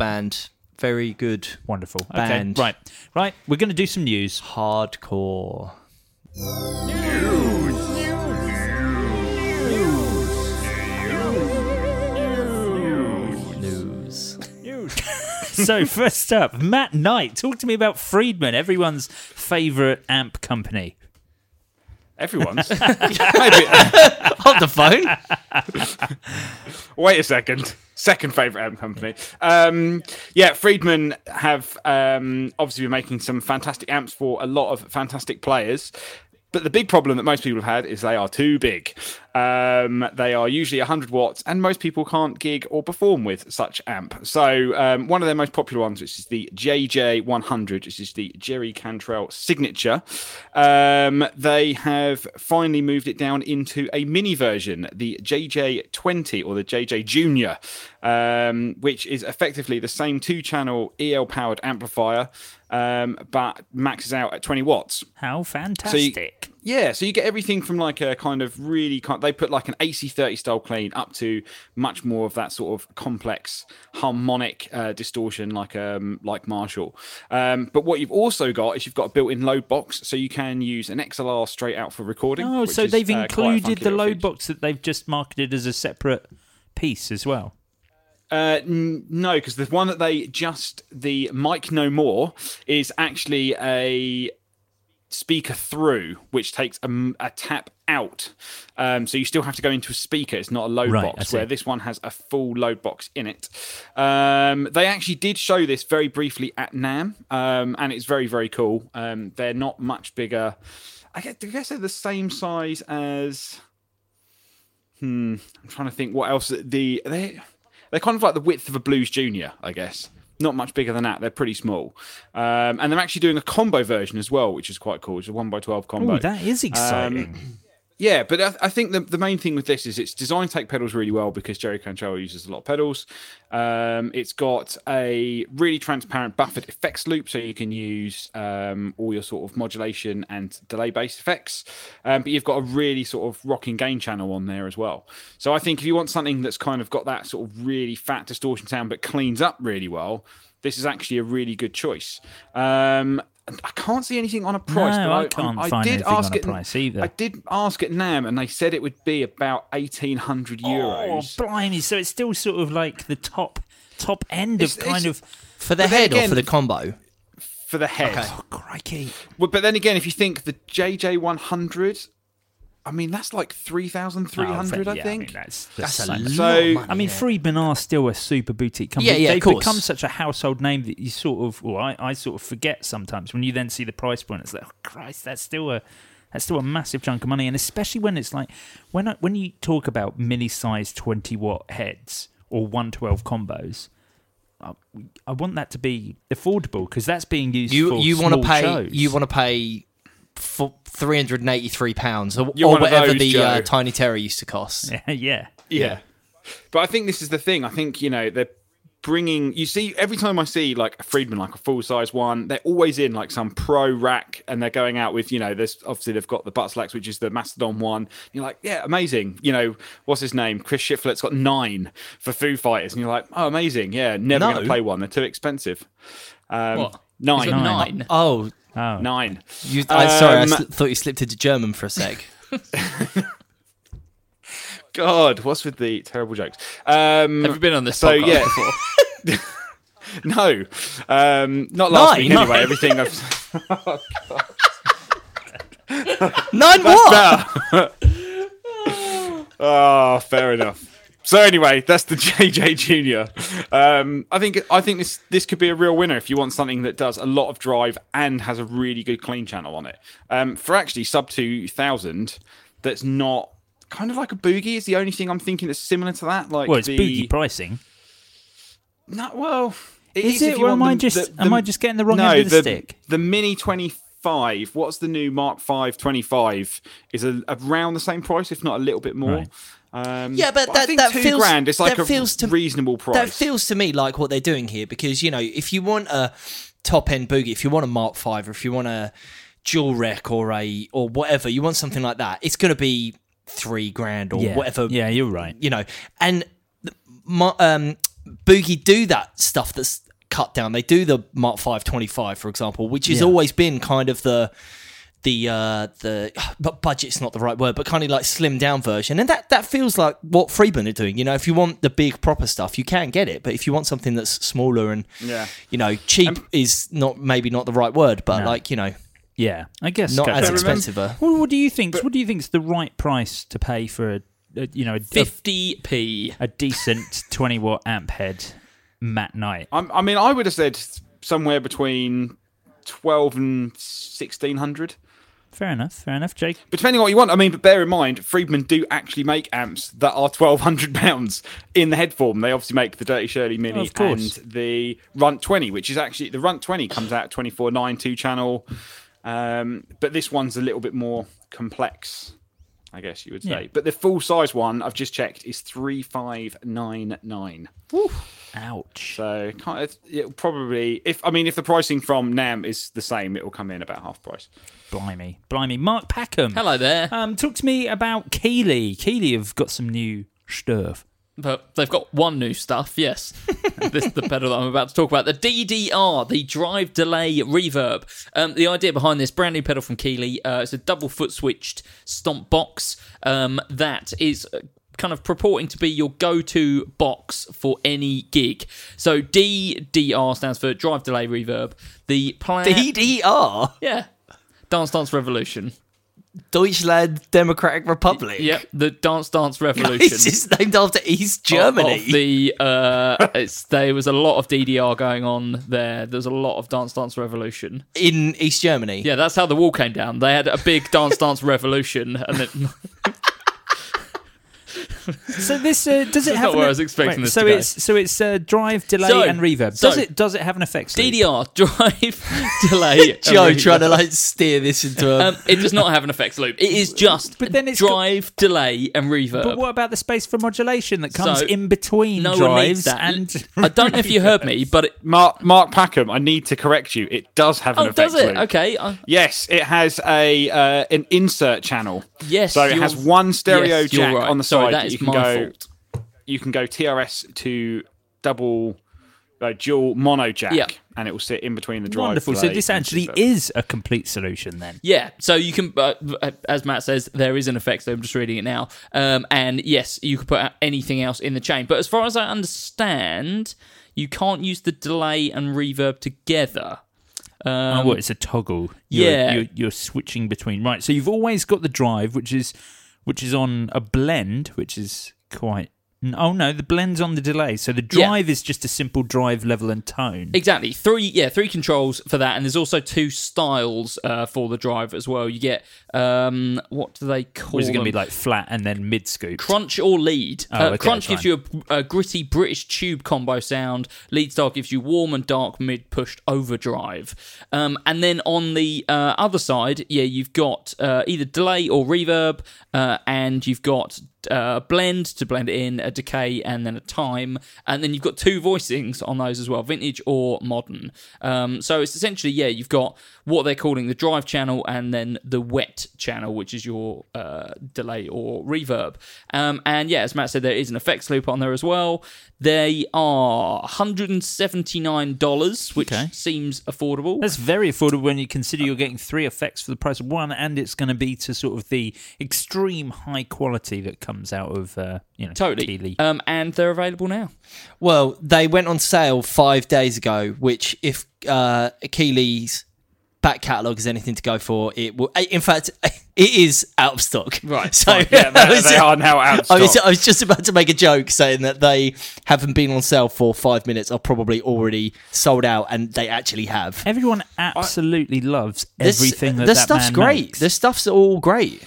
Band, very good. Wonderful. Band. Okay. Right. Right. We're going to do some news. Hardcore. News. so first up, Matt Knight. Talk to me about Friedman, everyone's favorite amp company. Everyone's. Maybe- On the phone? Wait a second. Second favorite amp company. Um, yeah, Friedman have um, obviously been making some fantastic amps for a lot of fantastic players. But the big problem that most people have had is they are too big. Um, they are usually 100 watts, and most people can't gig or perform with such amp. So, um, one of their most popular ones, which is the JJ100, which is the Jerry Cantrell signature, um, they have finally moved it down into a mini version, the JJ20 or the JJ Junior, um, which is effectively the same two channel EL powered amplifier, um, but maxes out at 20 watts. How fantastic! Yeah, so you get everything from like a kind of really kind. They put like an AC30 style clean up to much more of that sort of complex harmonic uh, distortion, like um like Marshall. Um, but what you've also got is you've got a built-in load box, so you can use an XLR straight out for recording. oh, which so is, they've uh, quite a included funky the little load feature. box that they've just marketed as a separate piece as well. Uh, n- no, because the one that they just the mic no more is actually a speaker through, which takes a, m- a tap out. Um, so you still have to go into a speaker. It's not a load Right, I box. see. Where this one has a full load box in it. Um, they actually did show this very briefly at Nam, um, and it's very very cool. Um, they're not much bigger. I guess, I guess they're the same size as. hmm, I'm trying to think what else the they they're kind of like the width of a blues junior, I guess. Not much bigger than that. They're pretty small, um, and they're actually doing a combo version as well, which is quite cool. It's a one x twelve combo. Oh, that Um, is exciting. Yeah, but I, I think the, the main thing with this is it's designed to take pedals really well because Jerry Cantrell uses a lot of pedals. Um, it's got a really transparent buffered effects loop, so you can use um, all your sort of modulation and delay based effects. Um, but you've got a really sort of rocking gain channel on there as well. So I think if you want something that's kind of got that sort of really fat distortion sound but cleans up really well, this is actually a really good choice. Um, I can't see anything on a price. No, but I I, I can't I find did anything on ask a it- price either. I did ask at Nam, and they said it would be about eighteen hundred euros. Oh, blimey! So it's still sort of like the top top end It's- of it's- kind of. Oh, For the But then head or again- for the combo? for the head. Okay. Oh, crikey! Well, but then again, if you think the JJ one hundred, I mean that's like three thousand three hundred. Oh, I yeah, think. I mean, that's, That's a so lot much. So- of money. I mean, Friedman are still a super boutique company. Yeah, yeah, of They've course. become such a household name that you sort of, well, I, I sort of forget sometimes when you then see the price point. It's like, oh, Christ, that's still a that's still a massive chunk of money, and especially when it's like when I, when you talk about mini size twenty watt heads or one twelve combos. I, I want that to be affordable because that's being used. you for you want to small pay shows. you want to pay for 383 pounds or, You're or one of whatever those, the uh, Joe. tiny terror used to cost yeah, yeah. Yeah. But I think this is the thing. I think, you know, they're bringing, you see, every time I see like a Friedman, like a full size one, they're always in like some pro rack and they're going out with, you know, there's obviously they've got the Buttslacks, which is the Mastodon one. And you're like, yeah, amazing. You know, what's his name? Chris Shiflett's got nine for Foo Fighters. And you're like, oh, amazing. Yeah, never No. going to play one. They're too expensive. Um, What? Nine. He's got nine. oh Nine. you, I, sorry i Um, sl- thought you slipped into german for a sec God, what's with the terrible jokes? Um, Have you been on this so, podcast yeah. before? No, um, not last Nine. week anyway. Everything I've. Nine what? Oh, fair enough. So anyway, that's the JJ Junior. Um, I think I think this this could be a real winner if you want something that does a lot of drive and has a really good clean channel on it. Um, for actually sub two thousand, that's not kind of like a boogie. Is the only thing I'm thinking that's similar to that. Like Well, it's the, boogie pricing. No, well, Is if it, you or am want I the- just- the- am I just getting the wrong no, end of the stick? The Mini 25, what's the new Mark 5 25 is a, around the same price, if not a little bit more. Right. Um, Yeah, but I that, think that two feels grand is like that a feels to, reasonable price. That feels to me like what they're doing here because you know if you want a top end boogie, if you want a Mark Five, or if you want a dual rec or a or whatever, you want something like that. It's going to be three grand or Yeah. whatever. Yeah, you're right. You know, and th- my, um, boogie do that stuff that's cut down. They do the Mark Five Twenty Five, for example, which has Yeah. always been kind of the the uh the but budget's not the right word, but kind of like slim down version. And that that feels like what Freeman are doing. You know, if you want the big proper stuff, you can get it. But if you want something that's smaller and Yeah. you know, cheap is not maybe not the right word, but like, you know, Yeah, I guess not go as for it. expensive a Well, what do you think? what do you think is the right price to pay for a, a you know a, 50p. a decent 20 watt amp head Matt Knight? I'm, I mean, I would have said somewhere between 12 and 1600. Fair enough, fair enough, Jake. But depending on what you want, I mean, but bear in mind, Friedman do actually make amps that are twelve hundred pounds in the head form. They obviously make the Dirty Shirley Mini Of course. and the Runt Twenty, which is actually the Runt Twenty comes out twenty four nine two channel, um, but this one's a little bit more complex, I guess you would say. Yeah. But the full size one I've just checked is three five nine nine. Ouch. So kind of, it'll probably if I mean if the pricing from Nam is the same, it will come in about half price. Blimey, blimey. Mark Packham. Hello there. Um, talk to me about Keeley. Keeley have got some new stuff. But they've got one new stuff, yes. this is the pedal that I'm about to talk about. The DDR, the Drive Delay Reverb. Um, the idea behind this brand new pedal from Keeley, uh, it's a double foot switched stomp box um, that is uh, kind of purporting to be your go to box for any gig. So DDR stands for Drive Delay Reverb. The plan. DDR yeah. Dance Dance Revolution. Deutschland Democratic Republic. Yep, the Dance Dance Revolution. It's just named after East Germany. Of the uh, it's, there was a lot of DDR going on there. There's a lot of Dance Dance Revolution. in East Germany. Yeah, that's how the wall came down. They had a big Dance Dance Revolution, and then So this uh, does it That's have? not where an- I was expecting Right, this So to go. it's so it's uh, drive, delay, So- and reverb. so- does it does it have an effect? sleeve? DDR drive delay. Joe arena. trying to like steer this into a. Um, it does not have an effects loop. It is just But then it's got- drive, delay, and reverb. But what about the space for modulation that comes So, in between no one needs drives that. and? I don't know if you heard me, but it, Mark Mark Packham, I need to correct you. It does have an oh, effect does it? loop. Okay, I- Yes, it has a uh, an insert channel. Yes, so it you're- has one stereo yes, you're jack right. on the side. Sorry, that that is you can my go, fault. You can go TRS to double uh, dual mono jack, Yeah. and it will sit in between the drive. Wonderful. So delay this and actually reverb. is a complete solution then. Yeah, so you can, uh, as Matt says, there is an effect. So I'm just reading it now, um, and yes, you could put out anything else in the chain. But as far as I understand, you can't use the delay and reverb together. Um, oh, well, it's a toggle. You're, yeah. you're, you're switching between. Right, so you've always got the drive, which is which is on a blend, which is quite. n- Oh no, the blend's on the delay. So the Yeah. drive is just a simple drive level and tone. Exactly. Three, yeah, three controls for that, and there's also two styles uh, for the drive as well. You get um, what do they call? Or is it going to be them? like flat and then mid scoop? Crunch or lead. uh, Oh, okay, crunch fine. gives you a, a gritty British tube combo sound. Lead style gives you warm and dark mid pushed overdrive. Um, and then on the uh, other side, yeah, you've got uh, either delay or reverb, uh, and you've got uh, blend to blend it in, a decay, and then a time. And then you've got two voicings on those as well vintage or modern. Um, so it's essentially, yeah, you've got what they're calling the drive channel and then the wet channel, which is your uh, delay or reverb. Um, and yeah, as Matt said, there is an effects loop on there as well. They are $179, which Okay. seems affordable. That's very affordable when you consider you're getting three effects for the price of one, and it's going to be to sort of the extreme high quality that comes out of uh, you know Totally. Keeley. Um, and they're available now. Well, they went on sale five days ago, which, if uh, Keeley's back catalogue is anything to go for, it will. In fact, it is out of stock. Right, So Yeah, I they, was- they are now out of Oh, I was, stock. I was just about to make a joke saying that they haven't been on sale for five minutes, are probably already sold out, and they actually have. Everyone absolutely loves This- everything that the that stuff's man great. makes. The stuff's all great.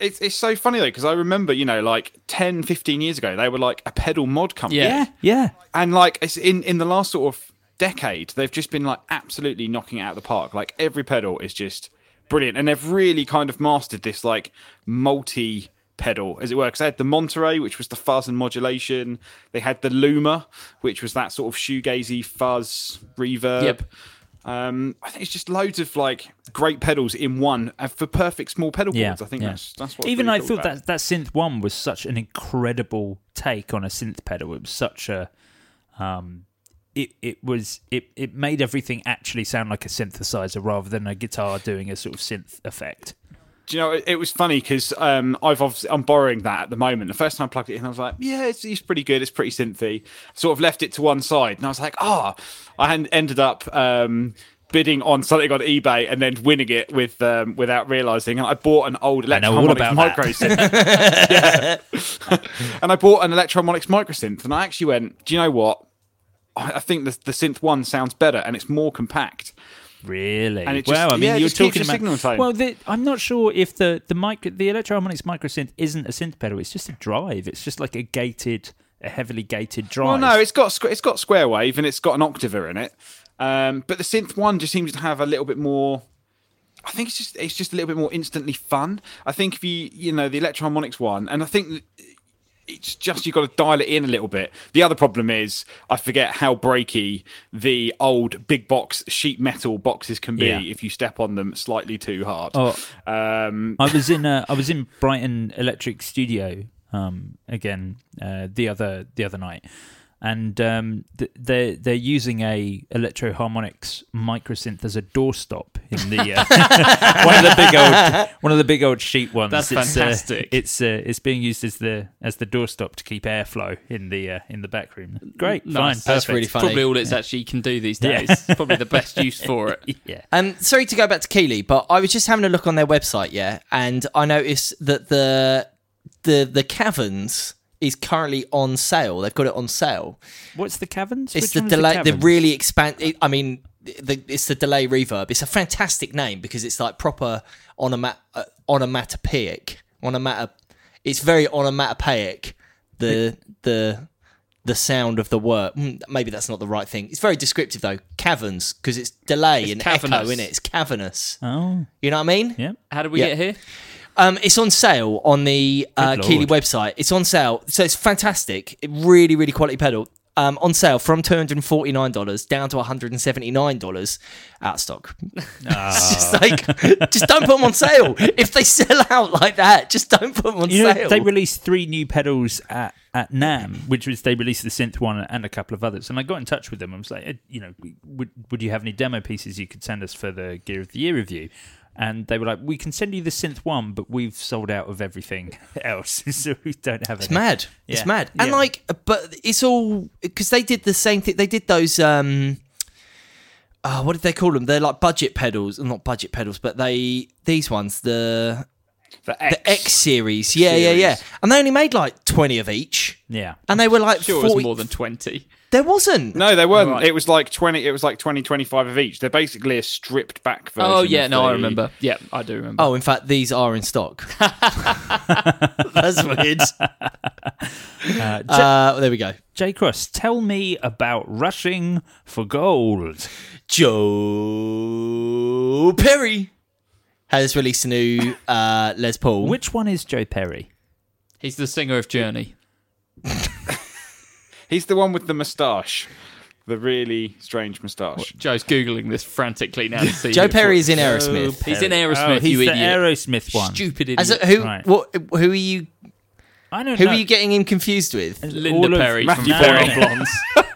It's, it's so funny though, because I remember, you know, like 10, 15 years ago, they were like a pedal mod company. Yeah. yeah, yeah. And like it's in, in the last sort of decade, they've just been like absolutely knocking it out of the park. Like every pedal is just brilliant. And they've really kind of mastered this like multi pedal, as it were. Because they had the Monterey, which was the fuzz and modulation. They had the Luma, which was that sort of shoegazy fuzz Uh, reverb. Yep. Um, I think it's just loads of like great pedals in one uh, for perfect small pedal boards. Yeah, I think yeah. that's that's what. Even really I cool thought about that it. that synth one was such an incredible take on a synth pedal. It was such a, um, it it was it it made everything actually sound like a synthesizer rather than a guitar doing a sort of synth effect. Do you know, it, it was funny because um, I've obviously, I'm borrowing that at the moment. The first time I plugged it in, I was like, yeah, it's, it's pretty good. It's pretty synthy. Sort of left it to one side. And I was like, ah, I en- ended up um, bidding on something on eBay and then winning it with um, without realizing. And I bought an old know all Electromonics about micro synth. Yeah. and I bought an Electromonics micro synth. And I actually went, do you know what? I I think the, the synth one sounds better and it's more compact. Really? And it just- wow. I mean, yeah, it you're just keeps talking your about. signal tone. Well, the, I'm not sure if the the micro the electroharmonics micro synth isn't a synth pedal. It's just a drive. It's just like a gated, a heavily gated drive. Well, no, it's got squ- it's got square wave and it's got an octava in it. Um, but the synth one just seems to have a little bit more. I think it's just it's just a little bit more instantly fun. I think if you you know the electroharmonics one, and I think that it's just you've got to dial it in a little bit. The other problem is I forget how breaky the old big box sheet metal boxes can be Yeah. if you step on them slightly too hard. Oh. Um, I was in uh, I was in Brighton Electric Studio um, again uh, the other the other night, and um, th- they're they're using a Electro Harmonics microsynth as a doorstop in the uh, one of the big old one of the big old sheet ones. That's uh, fantastic. it's uh, it's being used as the as the doorstop to keep airflow in the uh, in the back room. Great, fine, Nice. perfect. That's really funny. Probably all it's actually can do these Yeah. days. Probably the best use for it. yeah. Um, sorry to go back to Keeley, but I was just having a look on their website, yeah, and I noticed that the the the caverns is currently on sale. They've got it on sale. What's the caverns? It's Which the one's delay, the, caverns? really expand. It, I mean, the, it's the delay reverb. It's a fantastic name because it's like proper onomat uh, onomatopoeic. Onomata. It's very onomatopoeic. The the the sound of the word. Mm, Maybe that's not the right thing. It's very descriptive though. Caverns because it's delay It's and cavernous. echo in it. It's cavernous. Oh, You know what I mean? yeah. How did we Yeah. get here? Um, it's on sale on the uh, Good Keeley lord. website. It's on sale, so it's fantastic. It really, really quality pedal. Um, on sale from two hundred and forty nine dollars down to one hundred and seventy nine dollars out of stock. Ah. it's just like, just don't put them on sale. If they sell out like that, just don't put them on You know, sale. they released three new pedals at, at NAM, which was they released the synth one and a couple of others. And I got in touch with them. I was like, eh, you know, would would you have any demo pieces you could send us for the Gear of the Year review? And they were like, we can send you the synth one, but we've sold out of everything else, so we don't have It's any. mad. It's Yeah. mad. And Yeah. like, but it's all because they did the same thing. They did those. um uh, What did they call them? They're like budget pedals, not budget pedals, but they these ones. The the X, the X series. Yeah, yeah, yeah. series. And they only made like 20 of each. Yeah. And they were like Sure, it 40 was more than twenty. There wasn't. no, they weren't. Right. It was like twenty. It was like 20, 25 of each. They're basically a stripped back version. Oh yeah, of no, I the- remember. Yeah, I do remember. Oh, in fact, these are in stock. That's weird. Uh, there we go. J Cross, tell me about rushing for gold. Joe Perry has released a new uh, Les Paul. Which one is Joe Perry? He's the singer of Journey. He's the one with the moustache, the really strange moustache. Joe's googling this frantically now to see. Joe who- Perry is in Aerosmith. He's in Aerosmith. Oh, he's you the idiot. Aerosmith one. Stupid idiot. As a- who? Right. What? Who are you? I don't Who know. are you getting him confused with? Linda all of Perry from Matthew Four Old Perry. Blondes.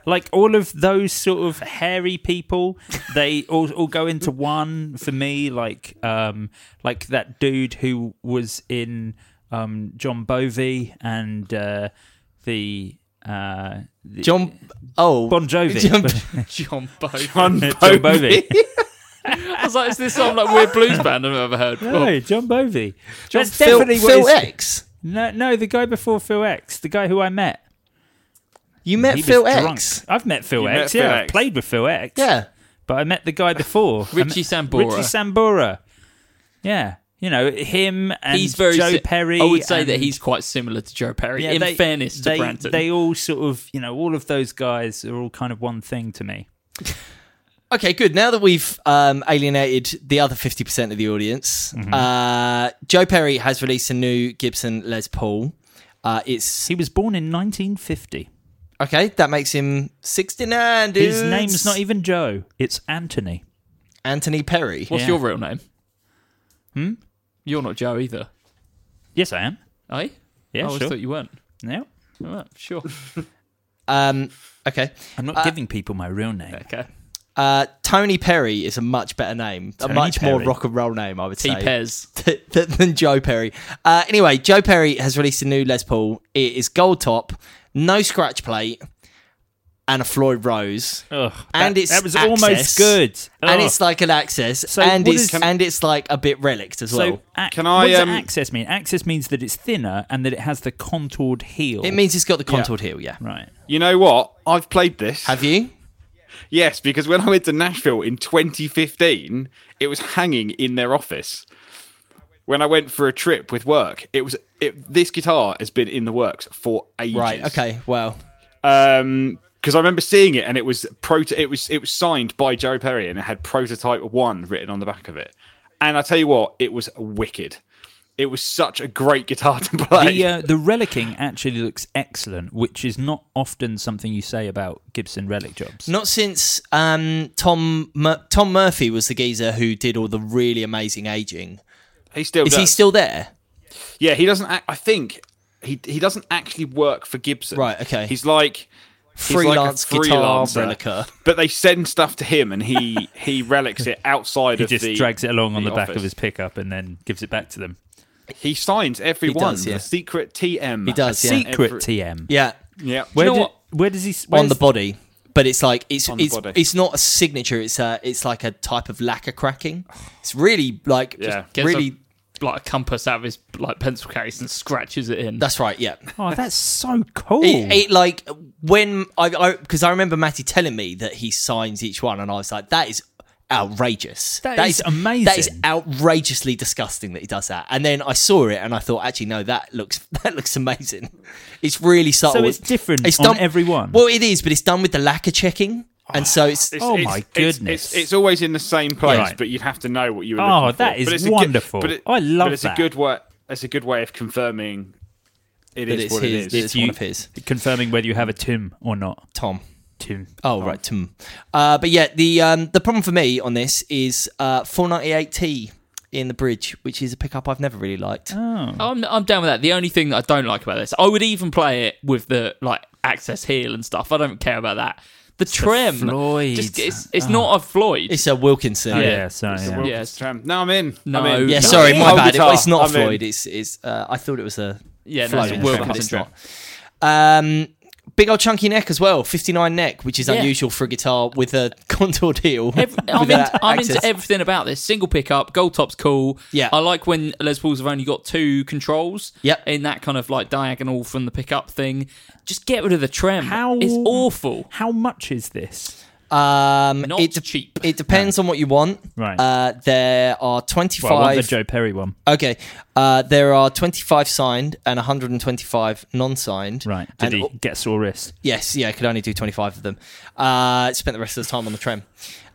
like all of those sort of hairy people they all, all go into one for me like um like that dude who was in um john bovey and uh the uh the John. Oh, bon jovi John- John Bo. Bon Jovi. I was like, is this some like weird blues band I've never heard? before? No, John Bovey. That's Phil, definitely what Phil his- X. No, no, the guy before Phil X, the guy who I met. You met He Phil was X. drunk. I've met Phil You met X. Phil yeah, I've X. played with Phil X. Yeah. but I met the guy before I met- Richie Sambora. Richie Sambora. Yeah, you know him and he's very Joe si- Perry. I would say that and- he's quite similar to Joe Perry. Yeah, in they- fairness to they, Branton, they all sort of you know all of those guys are all kind of one thing to me. Okay, good. Now that we've um, alienated the other 50% of the audience, uh, Joe Perry has released a new Gibson Les Paul. Uh, it's He was born in 1950. okay, that makes him 69. Dudes. His name's not even Joe; it's Anthony. Anthony Perry. What's Yeah. your real name? Hmm. You're not Joe either. Yes, I am. Eh? I Yeah, always sure. thought you weren't. No, All right, sure. Um, okay. I'm Uh, not giving people my real name. Okay. Uh, Tony Perry is a much better name, a Tony much more Perry. rock and roll name, I would T say. Pez. th- th- than Joe Perry. Uh, anyway, Joe Perry has released a new Les Paul. It is gold top, no scratch plate, and a Floyd Rose. Ugh, and Oh. that, it's that was Access. almost good. And Ugh. it's like an access, So and what it's is- and it's like a bit relict as well. so ac- Can what I, does um, access mean? Access means that it's thinner and that it has the contoured heel. it means it's got the contoured heel. Yeah, right. You know what? I've played this. have you? Yes, because when I went to Nashville in 2015, it was hanging in their office. When I went for a trip with work, it was it, this guitar has been in the works for ages. Right. Okay. Well, Um, because I remember seeing it, and it was proto. It was it was signed by Joe Perry, and it had prototype one written on the back of it. And I tell you what, it was wicked. It was such a great guitar to play. The uh, the relicking actually looks excellent, which is not often something you say about Gibson relic jobs. not since um, Tom Mur- Tom Murphy was the geezer who did all the really amazing aging. he still Is does. he still there? Yeah, he doesn't. Act, I think he he doesn't actually work for Gibson. Right, okay. He's like he's like a Freelance guitar freelancer, relicker. But they send stuff to him, and he he relics it outside He of just the. drags it along on the back of office. his pickup and then gives it back to them. He signs every He one. does, yeah. The secret TM. He does. Yeah. Secret Every- TM. Yeah. Yeah. Where, know do- what? where oh, does he s- on where's- the body, but it's like it's On the it's, body. it's not a signature. It's a it's like a type of lacquer cracking. It's really like Yeah. just really. a, like a compass out of his like pencil case and scratches it in. That's right. Yeah. Oh, that's so cool. It, it like when I because I, remember Matty telling me that he signs each one, and I was like, that is outrageous. That that is That is amazing. outrageously disgusting that he does that. And then I saw it, and I thought, actually, no, that looks that looks amazing. It's really subtle. it's different on every one? Well, it is, but it's done with the lacquer checking, and so it's It's- Oh it's- my it's- goodness. It's, it's always in the same place, Right. but you'd have to know what you were. Oh, looking for. that is But it's a good- wonderful. but it- I love But it's that. a good way. It's a good way of confirming. It that is it's what his. it that is. It's You- one of his. Confirming whether you have a Tim or not. Tom. Tim. Oh, right, hmm. Uh, but yeah, the um, the problem for me on this is uh, 498T in the bridge, which is a pickup I've never really liked. Oh. I'm I'm down with that. The only thing that I don't like about this, I would even play it with the like access heel and stuff. I don't care about that. The trim, Floyd. just- it's, it's not a Floyd. Ah. It's a Wilkinson. Yeah, Oh, yeah. sorry. It's the yeah. world- Yes. Tram. No, I'm in. No. I'm in. Yeah, sorry, my Whole bad. It- guitar. it's not a I'm in. Floyd. It's it's. Uh, I thought it was a yeah, no, Floyd, it's a in Will trim, but it's Hudson not. Um, big old chunky neck as well, 59 neck, which is Yeah. unusual for a guitar with a contoured heel. Ev- I'm, Without into, I'm into access. everything about this. Single pickup, gold top's cool. Yeah. I like when Les Pauls have only got two controls. Yep. In that kind of like diagonal from the pickup thing. Just get rid of the trim. How It's awful. How much is this? Um, Not it de- cheap. It depends on what you want. Right. Uh, there are 25. Well, I want the Joe Perry one. Okay, uh, there are 25 signed and 125 non-signed. Right. Did and, oh, he get sore wrist? Yes, yeah, I could only do 25 of them. Uh, spent the rest of the time on the tram.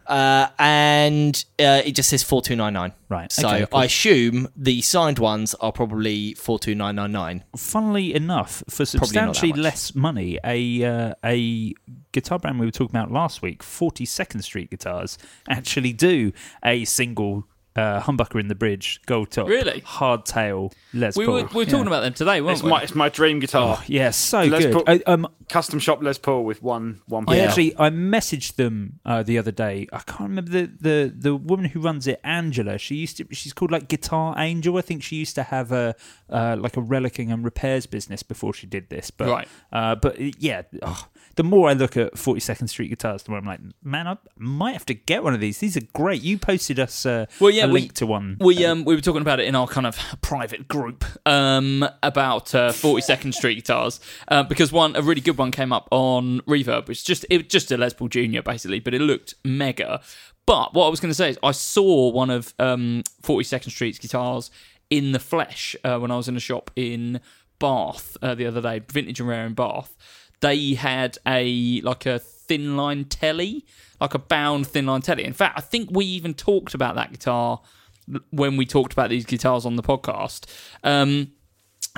Uh, and uh, it just says 4299. Right, So okay, cool. I assume the signed ones are probably 42999. Funnily enough, for not that substantially much. less money, a uh, a guitar brand we were talking about last week, Forty Second Street Guitars, actually do a single uh, Humbucker in the Bridge, Gold Top, Really? Hardtail, Les We Paul. were, we were talking about them today, weren't It's we? my it's my dream Oh, guitar. yeah, so Les good. Paul- I, um, Custom shop Les Paul with one one. I pedal. actually I messaged them uh, the other day. I can't remember the, the the woman who runs it, Angela. She used to she's called like Guitar Angel. I think she used to have a uh, like a relicking and repairs business before she did this. But Right. uh, but uh, yeah, oh, the more I look at Forty Second Street guitars, the more I'm like, man, I might have to get one of these. These are great. You posted us uh, Well, yeah, a we- link to one. We um we were talking about it in our kind of private group um about uh, 42nd Street guitars uh, because one a really good one came up on Reverb which is just it was just a Les Paul Junior basically but it looked mega. But what I was going to say is I saw one of um 42nd Street's guitars in the flesh uh, when I was in a shop in Bath uh, the other day, vintage and rare in Bath. They had a like a thin line telly, like a bound thin line telly. In fact, I think we even talked about that guitar when we talked about these guitars on the podcast. Um,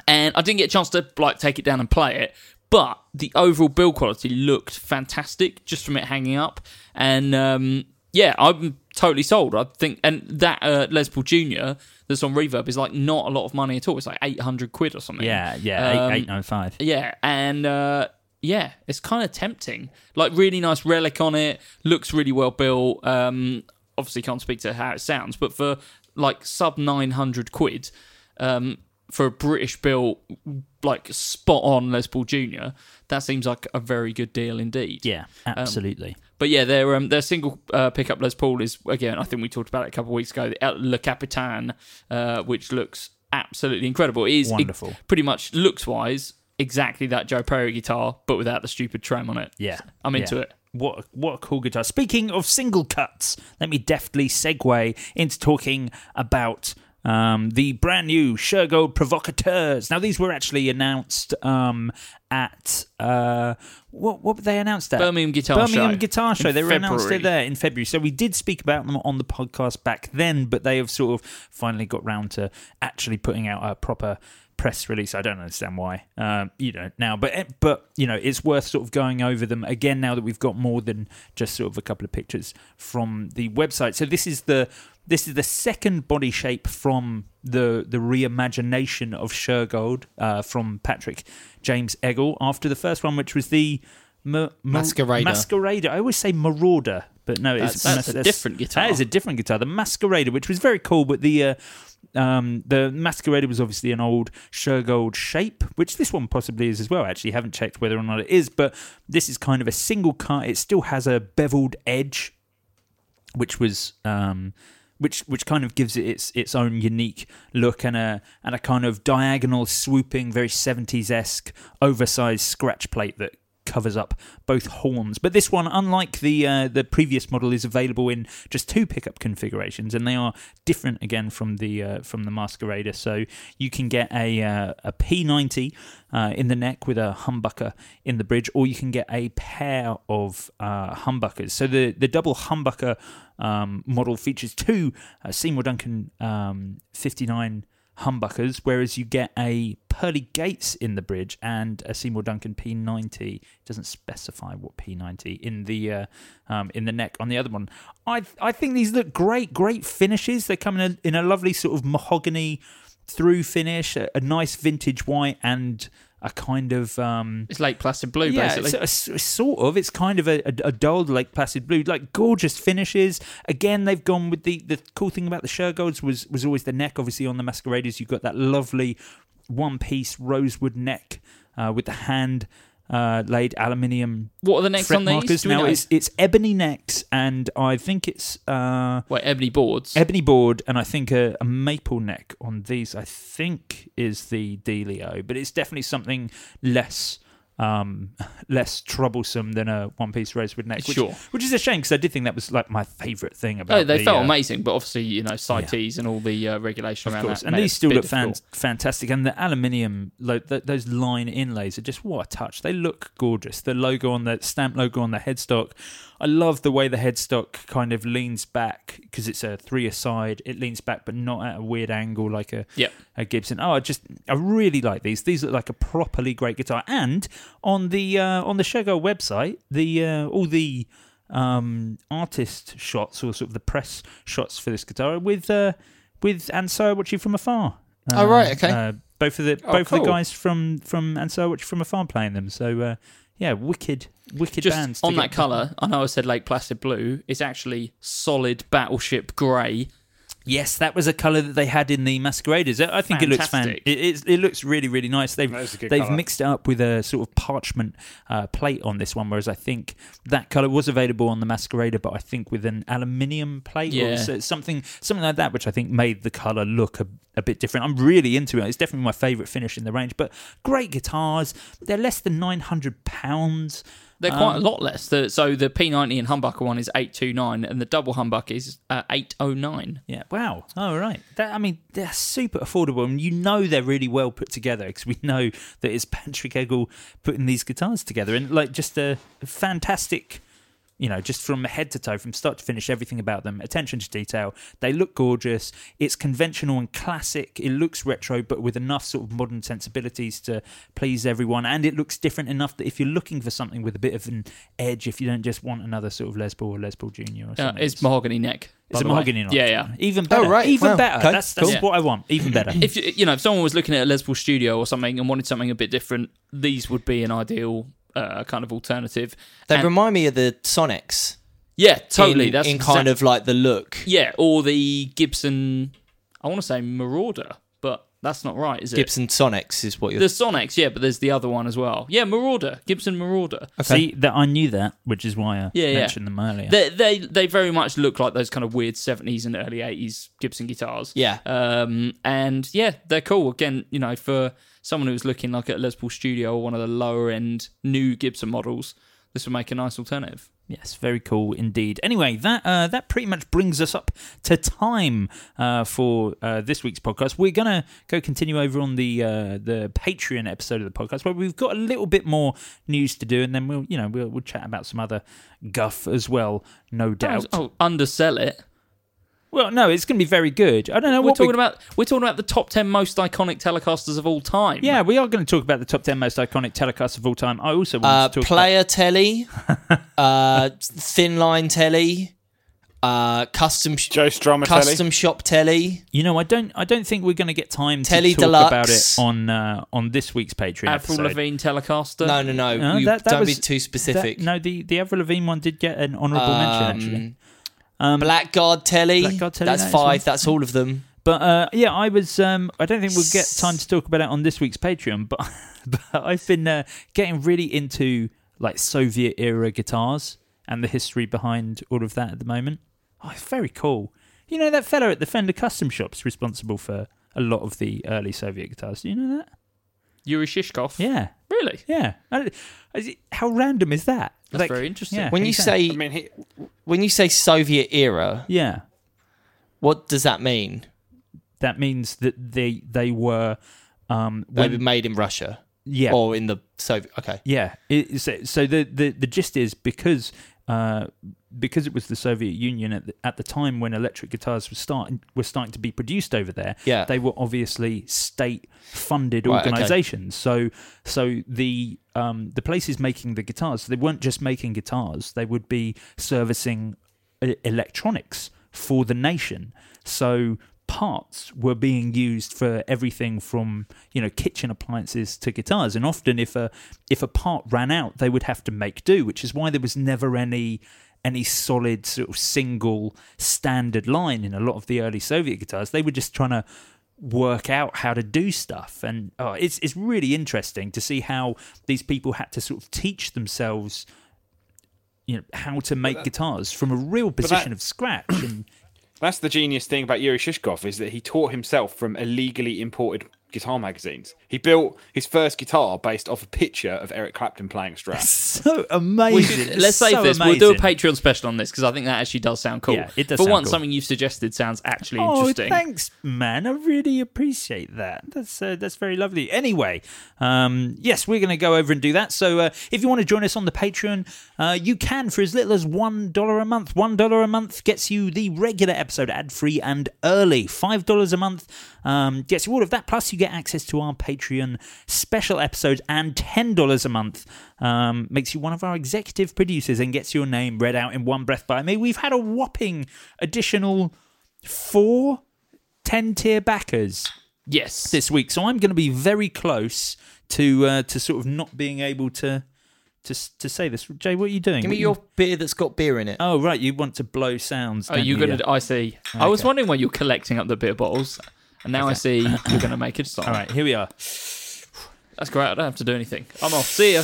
and I didn't get a chance to like take it down and play it, but the overall build quality looked fantastic just from it hanging up. And um, yeah, I'm totally sold. I think, and that uh, Les Paul Junior that's on Reverb is like not a lot of money at all. It's like eight hundred quid or something. yeah, yeah, Um, eight eight nine five. yeah, and uh, yeah, it's kind of tempting. Like really nice relic on it. Looks really well built. Um, obviously can't speak to how it sounds, but for like sub nine hundred quid, um, for a British built like spot on Les Paul Junior, that seems like a very good deal indeed. Yeah, absolutely. But yeah, their um, their single uh, pickup Les Paul is again. I think we talked about it a couple of weeks ago. The El- Le Capitan, uh, which looks absolutely incredible. It is Wonderful. it pretty much looks wise, exactly that Joe Perry guitar, but without the stupid trim on it. Yeah, I'm into yeah. it. What what a cool guitar! Speaking of single cuts, let me deftly segue into talking about um, the brand new Shergold Provocateurs. Now, these were actually announced um, at uh, what what were they announced at Birmingham Guitar Birmingham Show Guitar Show. in They were announced at February. there in February, so we did speak about them on the podcast back then. But they have sort of finally got round to actually putting out a proper press release. I don't understand why. Um, you know now, but but you know it's worth sort of going over them again now that we've got more than just sort of a couple of pictures from the website. So this is the this is the second body shape from the the reimagination of Shergold uh, from Patrick James Eggle after the first one, which was the Ma- Ma- Masquerader. Masquerader. I always say Marauder, but no, it's That's- that's a different guitar. That is a different guitar. The Masquerader, which was very cool, but the uh, um, the Masquerader was obviously an old Shergold shape, which this one possibly is as well. Actually, haven't checked whether or not it is, but this is kind of a single cut. It still has a beveled edge which was um, which which kind of gives it its its own unique look and a and a kind of diagonal swooping, very seventies esque oversized scratch plate that covers up both horns. But this one, unlike the uh, the previous model, is available in just two pickup configurations, and they are different again from the uh, from the Masquerader. So you can get a uh, a P90 uh, in the neck with a humbucker in the bridge, or you can get a pair of uh, humbuckers. So the the double humbucker um, model features two uh, Seymour Duncan um, 59 humbuckers, whereas you get a Pearly Gates in the bridge and a Seymour Duncan P90. It doesn't specify what P90 in the uh, um, in the neck on the other one. I I think these look great, great finishes. They come in a, in a lovely sort of mahogany through finish, a, a nice vintage white, and a kind of um, It's late plastic blue, yeah, basically. It's a- s- sort of. It's kind of a, a, a dull Lake Placid blue, like gorgeous finishes. Again, they've gone with the the cool thing about the Shergolds was was always the neck. Obviously, on the Masqueraders, you've got that lovely one piece rosewood neck uh, with the hand. Uh, laid aluminium. What are the necks fret on these? markers. Do we Now know? it's it's ebony necks, and I think it's uh, Wait, ebony boards. ebony board and I think a, a maple neck on these. I think is the dealio, but it's definitely something less um less troublesome than a one piece rosewood neck. Which, Sure. which is a shame because I did think that was like my favourite thing about. Oh, they the, felt uh, amazing, but obviously you know CITES and all the uh, regulation Of around course, that. and made these it a still bit look fan- difficult. fantastic, and the aluminium, lo- th- those line inlays are just what a touch. They look gorgeous. The logo on the stamp logo on the headstock, I love the way the headstock kind of leans back because it's a three aside. It leans back, but not at a weird angle like a Yep. a Gibson. Oh, I just I really like these. These look like a properly great guitar. And on the uh, on the Shogo website, the uh, all the um, artist shots or sort of the press shots for this guitar with uh, with Ansar Watch from afar. Oh, right, okay. Uh, both of the Oh, both of cool. the guys from from Ansar Watch from afar playing them. So uh, yeah, wicked wicked Just bands. to on that get- colour, I know I said Lake Placid blue. It's actually solid battleship grey. Yes, that was a colour that they had in the Masqueraders. I I think Fantastic. it looks fan. It, it's- it looks really really nice. They've That is a good they've colour. mixed it up with a sort of parchment uh, plate on this one, whereas I think that colour was available on the Masquerader, but I think with an aluminium plate Yeah. or so, something something like that, which I think made the colour look a, a bit different. I'm really into it. It's definitely my favourite finish in the range. But great guitars. They're less than nine hundred pounds. They're Um, quite a lot less. The, so the P90 and humbucker one is 829 and the double humbucker is uh, 809. Yeah. Wow. All right. That, I mean, they're super affordable, and you know they're really well put together because we know that it's Patrick Eggle putting these guitars together, and like just a fantastic, you know, just from head to toe, from start to finish, everything about them, attention to detail. They look gorgeous. It's conventional and classic. It looks retro, but with enough sort of modern sensibilities to please everyone, and it looks different enough that if you're looking for something with a bit of an edge, if you don't just want another sort of Les Paul or Les Paul Junior, or Uh, something, it's mahogany neck. by it's a the way. Oh, mahogany knife. Yeah, yeah. Even better. right. Even Wow. better. Okay, That's, that's cool. what I want. Even better. If you you know, if someone was looking at a Les Paul Studio or something and wanted something a bit different, these would be an ideal uh, kind of alternative. They And- remind me of the Sonics. yeah, totally. In, That's in kind exact- of like the look. yeah, or the Gibson. I want to say Marauder, but that's not right, is it? Gibson Sonics is what you're. The Sonics, yeah, but there's the other one as well. Yeah, Marauder, Gibson Marauder. See, that I knew that, which is why I Yeah, yeah. mentioned them earlier. They, they they very much look like those kind of weird 70s and early 80s Gibson guitars. Yeah. Um, and yeah, they're cool. Again, you know, for someone who's looking like at Les Paul Studio or one of the lower end new Gibson models, this would make a nice alternative. yes, very cool indeed. Anyway, that uh, that pretty much brings us up to time uh, for uh, this week's podcast. We're gonna go continue over on the uh, the Patreon episode of the podcast where we've got a little bit more news to do, and then we'll you know we'll, we'll chat about some other guff as well, no doubt. Oh, undersell it. Well, no, it's gonna be very good. I don't know We're what talking about we're talking about the top 10 most iconic telecasters of all time. Yeah, we are going to talk about the top 10 most iconic telecasts of all time. I also uh, want to talk player telly, uh, thin line telly, uh, custom sh- Joe Strummer telly. custom shop telly. about You know, I don't I don't think we're going to get time to Telly talk about it Deluxe. on uh, on this week's Patreon Avril episode. Lavigne telecaster. No, no, no. No, you that- that don't was- be too specific. Um, That- no, the the Avril Lavigne one did get an honourable mention actually. Um, Blackguard telly. Blackguard telly, That's that is one. five. That's all of them. But uh, yeah, I was. Um, I don't think we'll get time to talk about it on this week's Patreon. But but I've been uh, getting really into like Soviet era guitars and the history behind all of that at the moment. Oh, it's very cool. You know that fellow at the Fender Custom Shop's responsible for a lot of the early Soviet guitars. Do you know that? Yuri Shishkov. Yeah, Really? yeah. I don't- is it- How random is that? That's very interesting. yeah, When you exactly. say I mean, he, when you say Soviet era, yeah, what does that mean? that means that they they were um, They when- were made in Russia yeah or in the Soviet. Okay. Yeah. It, so so the, the, the gist is because uh, because it was the Soviet Union at the, at the time when electric guitars were starting were starting to be produced over there. Yeah. They were obviously state funded Right, okay. organizations. So so the um, the places making the guitars they weren't just making guitars. They would be servicing e- electronics for the nation. So parts were being used for everything from you know kitchen appliances to guitars and often if a if a part ran out they would have to make do which is why there was never any any solid sort of single standard line in a lot of the early soviet guitars they were just trying to work out how to do stuff and oh, it's it's really interesting to see how these people had to sort of teach themselves you know how to make guitars from a real position of scratch and that's the genius thing about Yuri Shishkov is that he taught himself from illegally imported guitar magazines. He built his first guitar based off a picture of Eric Clapton playing a Strat. so We amazing should, let's save So this. We'll do a amazing. Patreon special on this because I think that actually does sound cool. Yeah, it does For sound once, cool. something you've suggested sounds actually Oh, interesting. thanks, man. I really appreciate that. That's uh, that's very lovely. Anyway, um, yes, we're going to go over and do that. So uh, if you want to join us on the Patreon, uh, you can for as little as one dollar a month. One dollar a month gets you the regular episode ad free and early. Five dollars a month um, gets you all of that. Plus, you get access to our Patreon special episodes and $10 a month um, makes you one of our executive producers and gets your name read out in one breath by me. We've had a whopping additional four 10 tier backers Yes. this week. So I'm going to be very close to uh, to sort of not being able to to s- to say this. Jay, what are you doing? Give me What your you- beer that's got beer in it. Oh right, you want to blow sounds. Oh, don't you're you? gonna. I see. I was wondering why you're collecting up the beer bottles, and now I see you're gonna make it song. All right, here we are. That's great. I don't have to do anything. I'm off. See ya.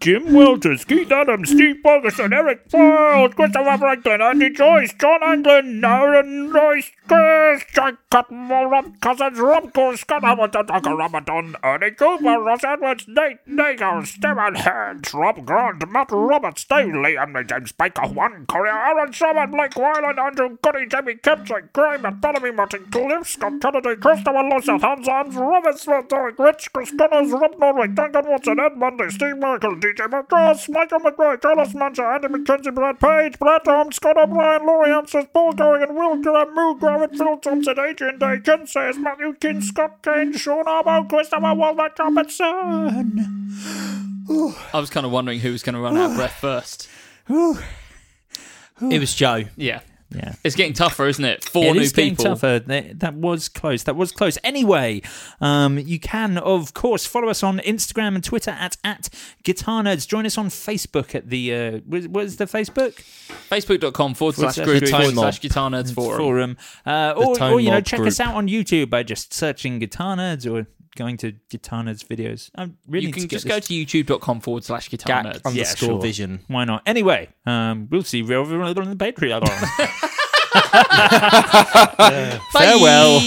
Jim Wilters, Keith Adams, Steve Ferguson, Eric Files, Christopher Franklin, Andy Joyce, John Anglin, Aaron Royce, Chris, Jack Cutmore, Rob Cousins, Rob Gore, Scott Hamilton, Tucker Ramadan, Ernie Cooper, Ross Edwards, Nate Nagel, Stephen Hands, Rob Grant, Matt Roberts, Dave Lee, Emily James Baker, Juan Correa, Aaron Sherman, Blake Wyland, Andrew Goody, Jimmy Kempsey, Graham, Bartholomew, Martin Cliff, Scott Kennedy, Christopher Lawson, Hans Arms, Robert Smith, Derek Rich, Chris Connors, Rob Norwick, Duncan Watson, Ed Monday, Steve Michael, DJ McGrath, Michael McRae, Carlos Mancha, Andy McKenzie, Brad Page, Brad Holmes, Scott O'Brien, Laurie Answers, Paul Going, and Will Graham, Moo Grant, Phil Thompson, Adrian Day, Ken Sayers, Matthew King, Scott Kane, Sean Arbo, Christopher Walter Robertson. I was kind of wondering who was gonna run out of breath first. It was Joe. Yeah. Yeah. It's getting tougher, isn't it? Four It new is getting people. tougher. That, that was close. That was close. Anyway, um, you can, of course, follow us on Instagram and Twitter at, at Guitar Nerds. Join us on Facebook at the. Uh, what what is the Facebook? Facebook.com forward slash that? group The forward Tone Mob. slash guitar nerds forum. Uh, or, Tone or, you know, Mob check group. us out on YouTube by just searching Guitar Nerds or going to Guitar Nerds videos. I really You need can to get just go this- to youtube.com forward slash guitar Gack nerds. underscore vision. Why not? Anyway, um, we'll see you over on the Patreon. Farewell.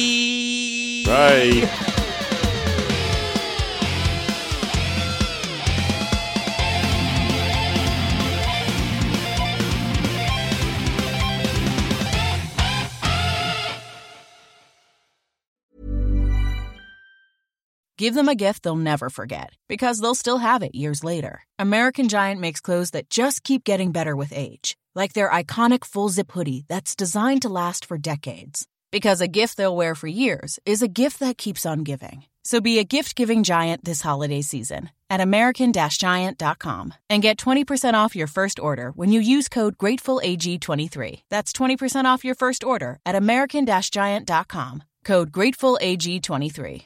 Bye. Give them a gift they'll never forget because they'll still have it years later. American Giant makes clothes that just keep getting better with age, like their iconic full zip hoodie that's designed to last for decades. Because a gift they'll wear for years is a gift that keeps on giving. So be a gift giving giant this holiday season at American Giant.com and get 20% off your first order when you use code GratefulAG23. That's 20% off your first order at American Giant.com. Code GratefulAG23.